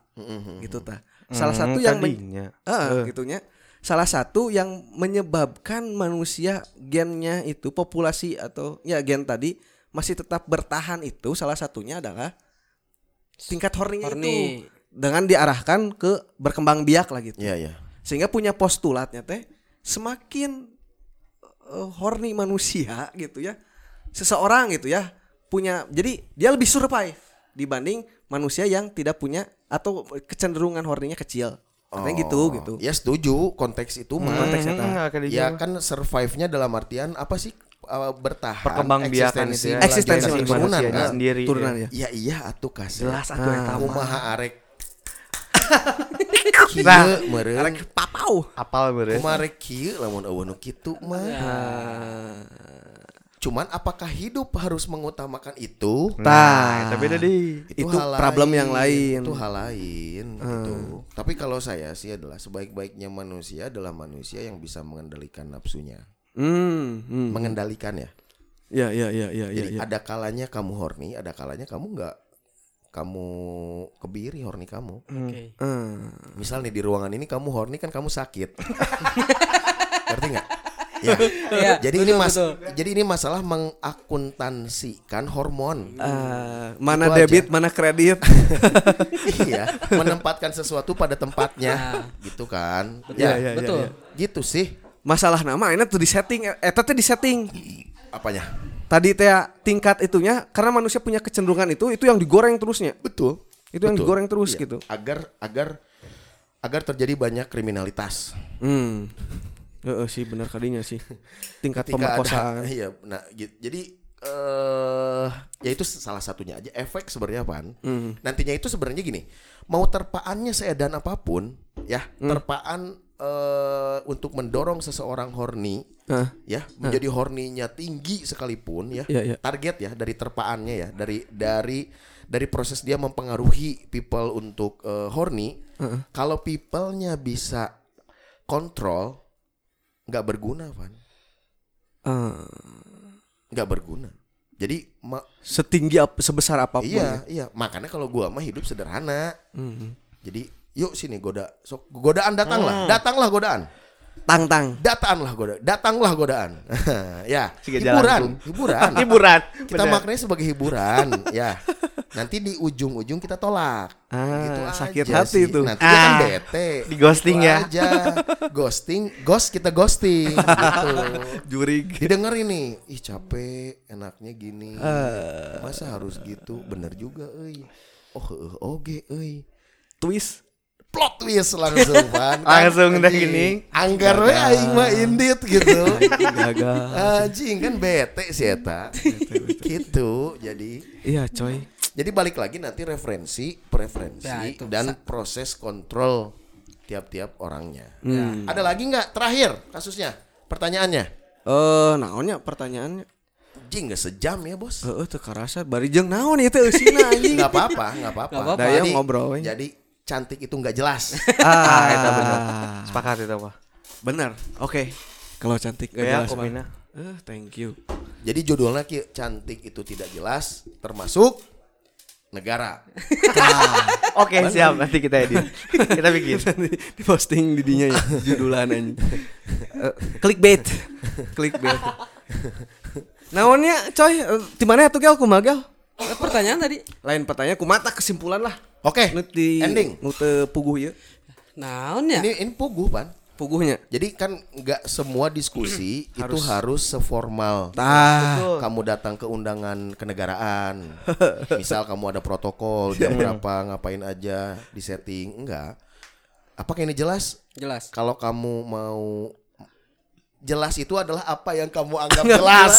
Speaker 6: gitu ta salah satu yang men-
Speaker 3: tadinya.
Speaker 6: Ah, gitunya salah satu yang menyebabkan manusia gennya itu populasi atau ya gen tadi masih tetap bertahan itu salah satunya adalah tingkat horninya
Speaker 2: Horny.
Speaker 6: itu dengan diarahkan ke berkembang biak lah gitu
Speaker 1: Iya, iya.
Speaker 6: sehingga punya postulatnya teh semakin eh, horny manusia gitu ya seseorang gitu ya punya jadi dia lebih survive dibanding manusia yang tidak punya atau kecenderungan horninya kecil katanya gitu
Speaker 1: Oh,
Speaker 6: gitu
Speaker 1: Ya setuju konteks itu mah.
Speaker 6: Konteks
Speaker 3: Hmm,
Speaker 6: eta.
Speaker 3: nggak akan
Speaker 1: ya
Speaker 3: dijawab.
Speaker 1: kan survive-nya dalam artian apa sih uh, bertahan
Speaker 3: Perkembangbiakan itu ya.
Speaker 1: eksistensi
Speaker 6: Eksistensi
Speaker 1: melanjutkan
Speaker 6: manusia.
Speaker 1: keturunan,
Speaker 3: Manusianya
Speaker 1: kan?
Speaker 3: sendiri
Speaker 6: turunan ya.
Speaker 1: Ya iya atuh kasih.
Speaker 3: jelas atuh eta mah.
Speaker 1: Kumaha arek.
Speaker 3: Nah,
Speaker 1: Kieu meureun.
Speaker 6: Arek papau.
Speaker 3: apal beres
Speaker 1: Kumaha arek kieu lamun eueuh nu kitu mah.
Speaker 6: Ah.
Speaker 1: Cuman apakah hidup harus mengutamakan itu?
Speaker 3: nah tapi beda deh
Speaker 6: Itu problem yang lain. Ah.
Speaker 1: Itu hal lain gitu. Tapi kalau saya sih adalah sebaik-baiknya manusia adalah manusia yang bisa mengendalikan nafsunya.
Speaker 6: Hmm, hmm.
Speaker 1: Mengendalikan ya.
Speaker 6: Ya, ya, ya, ya, ya,
Speaker 1: Jadi
Speaker 6: ya.
Speaker 1: ada kalanya kamu horny, ada kalanya kamu nggak kamu kebiri horny kamu.
Speaker 2: Oke.
Speaker 6: Hmm.
Speaker 1: Misal nih di ruangan ini kamu horny kan kamu sakit. Ngerti nggak? Ya.
Speaker 2: Iya,
Speaker 1: jadi ini
Speaker 2: betul,
Speaker 1: mas,
Speaker 2: betul.
Speaker 1: jadi ini masalah mengakuntansikan hormon.
Speaker 6: Eh,
Speaker 1: Itu
Speaker 6: mana
Speaker 1: aja.
Speaker 6: debit, mana kredit.
Speaker 1: iya, menempatkan sesuatu pada tempatnya, gitu kan? Ya,
Speaker 6: Ya, ya, ya,
Speaker 2: Nah. Betul. Iya,
Speaker 6: ya.
Speaker 1: gitu sih.
Speaker 6: Masalah nama ini tuh disetting, eta teh disetting.
Speaker 1: Apanya?
Speaker 6: Tadi teh tingkat itunya karena manusia punya kecenderungan itu itu yang digoreng terusnya.
Speaker 1: Betul.
Speaker 6: Itu
Speaker 1: Betul. Iya.
Speaker 6: yang digoreng terus gitu.
Speaker 1: Agar agar agar terjadi banyak kriminalitas.
Speaker 6: Hmm. Heeh sih benar kadinya sih. Tingkat
Speaker 1: ketika ada
Speaker 6: pemerkosaan.
Speaker 1: iya nah gi- jadi eh ya itu salah satunya aja efek sebenarnya apaan
Speaker 6: Hmm. Hmm.
Speaker 1: nantinya itu sebenarnya gini mau terpaannya seedan apapun ya terpaan eh, untuk mendorong seseorang horny
Speaker 6: Hah?
Speaker 1: ya menjadi horninya tinggi sekalipun ya
Speaker 6: Iya, iya.
Speaker 1: target ya dari terpaannya ya dari dari dari proses dia mempengaruhi people untuk eh, horny kalau people-nya bisa kontrol nggak berguna Van
Speaker 6: Eh,
Speaker 1: nggak berguna jadi ma-
Speaker 6: setinggi ap- sebesar apapun.
Speaker 1: iya
Speaker 6: ya.
Speaker 1: iya makanya kalau gua mah hidup sederhana jadi yuk sini goda sok godaan datanglah datanglah godaan
Speaker 6: Tang tang.
Speaker 1: datanglah goda datanglah godaan ya
Speaker 3: Siga
Speaker 1: hiburan
Speaker 3: jalan
Speaker 1: hiburan
Speaker 3: hiburan
Speaker 1: kita maknanya sebagai hiburan ya nanti di ujung-ujung kita tolak Gitu
Speaker 6: Ah,
Speaker 1: aja
Speaker 6: sakit
Speaker 1: sih.
Speaker 6: hati tuh.
Speaker 1: nanti dia kan
Speaker 3: Ah,
Speaker 1: bete
Speaker 3: di ghosting
Speaker 1: Gitu
Speaker 3: ya.
Speaker 1: aja. ghosting ghost kita ghosting gitu
Speaker 6: Jurig.
Speaker 1: didengar ini ih capek enaknya gini masa harus gitu bener juga euy oh heueuh oge euy
Speaker 6: Twist.
Speaker 1: plot twist langsung pan
Speaker 3: Langsung dah
Speaker 1: Anjing.
Speaker 3: gini.
Speaker 1: anggar we aing mah indit gitu
Speaker 6: Gagal.
Speaker 1: anjing kan bete sih eta gitu jadi
Speaker 6: iya coy.
Speaker 1: jadi balik lagi nanti referensi, preferensi
Speaker 2: Ya, itu
Speaker 1: dan proses kontrol tiap-tiap orangnya. Ada lagi nggak terakhir kasusnya? Pertanyaannya.
Speaker 6: Eh naonnya pertanyaannya.
Speaker 1: Jing nggak sejam ya bos?
Speaker 6: Heeh teu karasa bari jeung naon ieu teh eusina Nah, anjing.
Speaker 1: Nggak apa-apa, nggak apa-apa.
Speaker 2: Nggak apa-apa.
Speaker 6: Dayang ngobrol we.
Speaker 1: Jadi cantik itu nggak jelas.
Speaker 3: ah itu benar sepakat itu apa
Speaker 6: Bener. Oke. Kalau cantik gak
Speaker 3: ya
Speaker 6: jelas mah.
Speaker 3: komina
Speaker 6: Eh, thank you.
Speaker 1: Jadi judulnya Ki, cantik itu tidak jelas, termasuk negara.
Speaker 3: oke siap nanti kita edit kita bikin
Speaker 6: Nanti di posting didinya ya judulan anjing. Eh, clickbait. clickbait. Naonnya coy, Eh, di mana ya tuh gel kumagal?
Speaker 2: Eh, Pertanyaan tadi.
Speaker 6: Lain pertanyaan kumata kesimpulan lah.
Speaker 1: Oke,
Speaker 6: Nu di
Speaker 1: ending.
Speaker 6: nu teu puguh ya. ieu.
Speaker 2: Naon ya?
Speaker 1: Ini ini puguh pan.
Speaker 6: Puguhnya.
Speaker 1: Jadi kan nggak semua diskusi itu harus seformal.
Speaker 6: Tah.
Speaker 1: Ah, kamu datang ke undangan kenegaraan misal kamu ada protokol jam berapa ngapain aja di setting enggak apakah ini jelas
Speaker 2: Jelas.
Speaker 1: kalau kamu mau jelas itu adalah apa yang kamu anggap jelas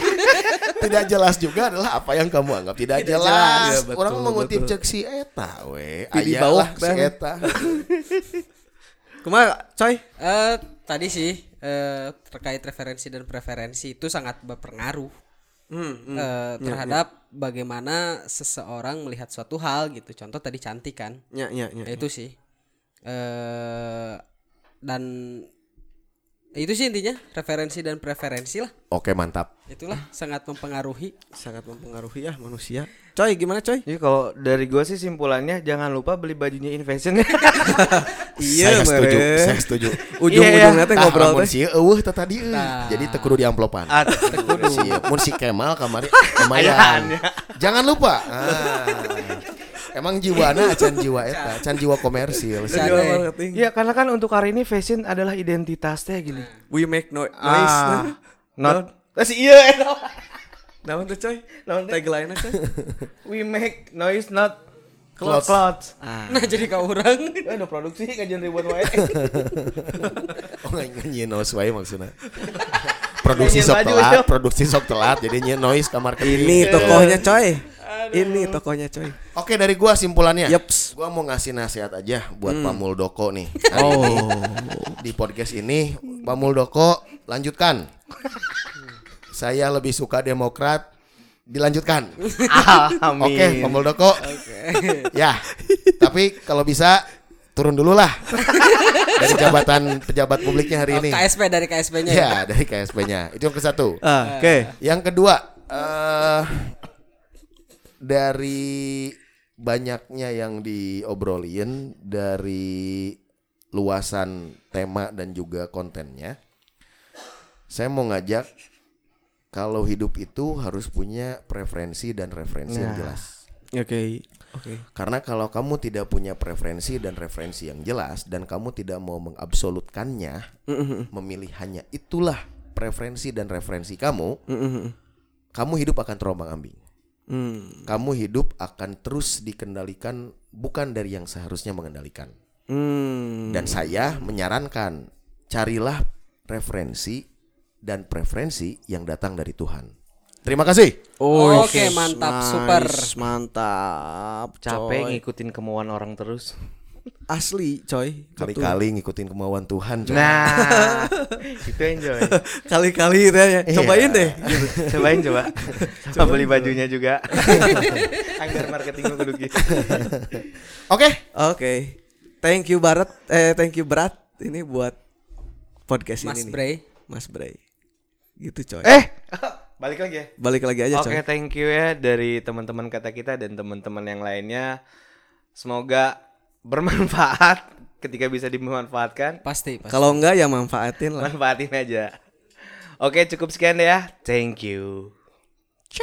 Speaker 1: tidak jelas juga adalah apa yang kamu anggap tidak, jelas,
Speaker 6: jelas. Ya, betul,
Speaker 1: orang mengutip
Speaker 6: betul.
Speaker 1: cek si eta we
Speaker 6: Di
Speaker 1: ayalah
Speaker 6: bawah,
Speaker 1: si
Speaker 6: Bang.
Speaker 1: eta
Speaker 6: Kumaha coy?
Speaker 2: Eh tadi sih eh, terkait referensi dan preferensi itu sangat berpengaruh eh, terhadap bagaimana seseorang melihat suatu hal gitu. Contoh tadi cantik kan.
Speaker 6: Nya nya nya.
Speaker 2: Ya, itu sih. Eh dan itu sih intinya referensi dan preferensi lah.
Speaker 1: oke mantap
Speaker 2: Itulah sangat mempengaruhi.
Speaker 6: sangat mempengaruhi ya manusia. Coy, gimana coy?
Speaker 3: jadi kalau dari gue sih simpulannya jangan lupa beli bajunya Invasion ya.
Speaker 1: saya setuju saya setuju
Speaker 6: Iya,
Speaker 2: Iya,
Speaker 6: Ujung-ujungnya teh
Speaker 1: Tah,
Speaker 6: ngobrol
Speaker 1: lamun
Speaker 6: teh.
Speaker 1: sieu eueuh teh tadi euy.
Speaker 2: Tah.
Speaker 1: Jadi teu kudu di amplopan.
Speaker 3: Ah, teu kudu.
Speaker 1: Si, mun si Kemal kamari
Speaker 3: Ayaan
Speaker 1: lumayan.
Speaker 3: ya.
Speaker 1: Jangan lupa. Ah. Emang jiwana acan jiwa eta, acan jiwa komersil.
Speaker 2: Can.
Speaker 6: Jual marketing.
Speaker 3: Iya karena kan untuk hari ini fashion adalah identitasnya gini.
Speaker 6: We make no noise.
Speaker 3: Ah, not. Eh, Si iya. eh, no.
Speaker 6: Naon tuh coy?
Speaker 3: Naon teh?
Speaker 6: Tagline-nya coy.
Speaker 3: We make noise not
Speaker 1: Clouds.
Speaker 3: clouds. clouds.
Speaker 2: Nah, jadi ke orang.
Speaker 3: Eh, udah produksi kajian ribuan wae.
Speaker 1: Oh, nyanyi noise wae maksudna. Produksi
Speaker 3: Nyanyiin
Speaker 1: sok
Speaker 3: baju,
Speaker 1: telat,
Speaker 3: yo.
Speaker 1: produksi sok telat jadi nyanyi noise kamar
Speaker 6: Ini
Speaker 2: Iya.
Speaker 6: tokohnya coy. Ini tokohnya coy.
Speaker 1: Oke dari gua simpulannya.
Speaker 6: Yeps.
Speaker 1: Gua mau ngasih nasihat aja buat Pak Muldoko nih. Hari ini, Di podcast ini Pak Muldoko lanjutkan. Saya lebih suka Demokrat dilanjutkan.
Speaker 3: Amin.
Speaker 1: Oke, Pak Muldoko. ya. Tapi kalau bisa turun dulu lah dari jabatan pejabat publiknya hari ini.
Speaker 2: KSP dari KSP-nya. ya.
Speaker 1: Ya, dari KSP-nya. Itu yang ke satu.
Speaker 6: Ah, Oke.
Speaker 1: Yang kedua, eh dari banyaknya yang diobrolin dari luasan tema dan juga kontennya, saya mau ngajak kalau hidup itu harus punya preferensi dan referensi yang jelas.
Speaker 6: Oke. Oke.
Speaker 1: Karena kalau kamu tidak punya preferensi dan referensi yang jelas dan kamu tidak mau mengabsolutkannya, memilih hanya itulah preferensi dan referensi kamu, kamu hidup akan terombang-ambing.
Speaker 6: Hmm.
Speaker 1: Kamu hidup akan terus dikendalikan bukan dari yang seharusnya mengendalikan.
Speaker 6: Hmm.
Speaker 1: Dan saya menyarankan carilah referensi dan preferensi yang datang dari Tuhan. Terima kasih.
Speaker 2: Oke, mantap, super.
Speaker 6: Mantap.
Speaker 3: Capek
Speaker 6: coy.
Speaker 3: ngikutin kemauan orang terus.
Speaker 6: asli coy
Speaker 1: Kali-kali ngikutin kemauan Tuhan. coy.
Speaker 3: Nah, itu enjoy.
Speaker 6: kali-kali gitu ya cobain deh
Speaker 3: Gitu. Cobain coba. Sama beli bajunya juga. Anggar marketing lu kudu gitu.
Speaker 1: Oke.
Speaker 6: oke thank you Barat eh thank you Berat ini buat podcast ini
Speaker 2: Mas
Speaker 6: nih.
Speaker 2: Bray.
Speaker 6: Mas Bray gitu coy
Speaker 3: Eh, balik lagi ya.
Speaker 6: balik lagi aja
Speaker 3: Oke,
Speaker 6: Iya, coy
Speaker 3: thank you ya dari teman-teman kata kita dan teman-teman yang lainnya. Semoga bermanfaat ketika bisa dimanfaatkan.
Speaker 2: Pasti, pasti.
Speaker 6: kalau enggak ya manfaatin lah
Speaker 3: Manfaatin aja. Oke, cukup sekian ya. Thank you.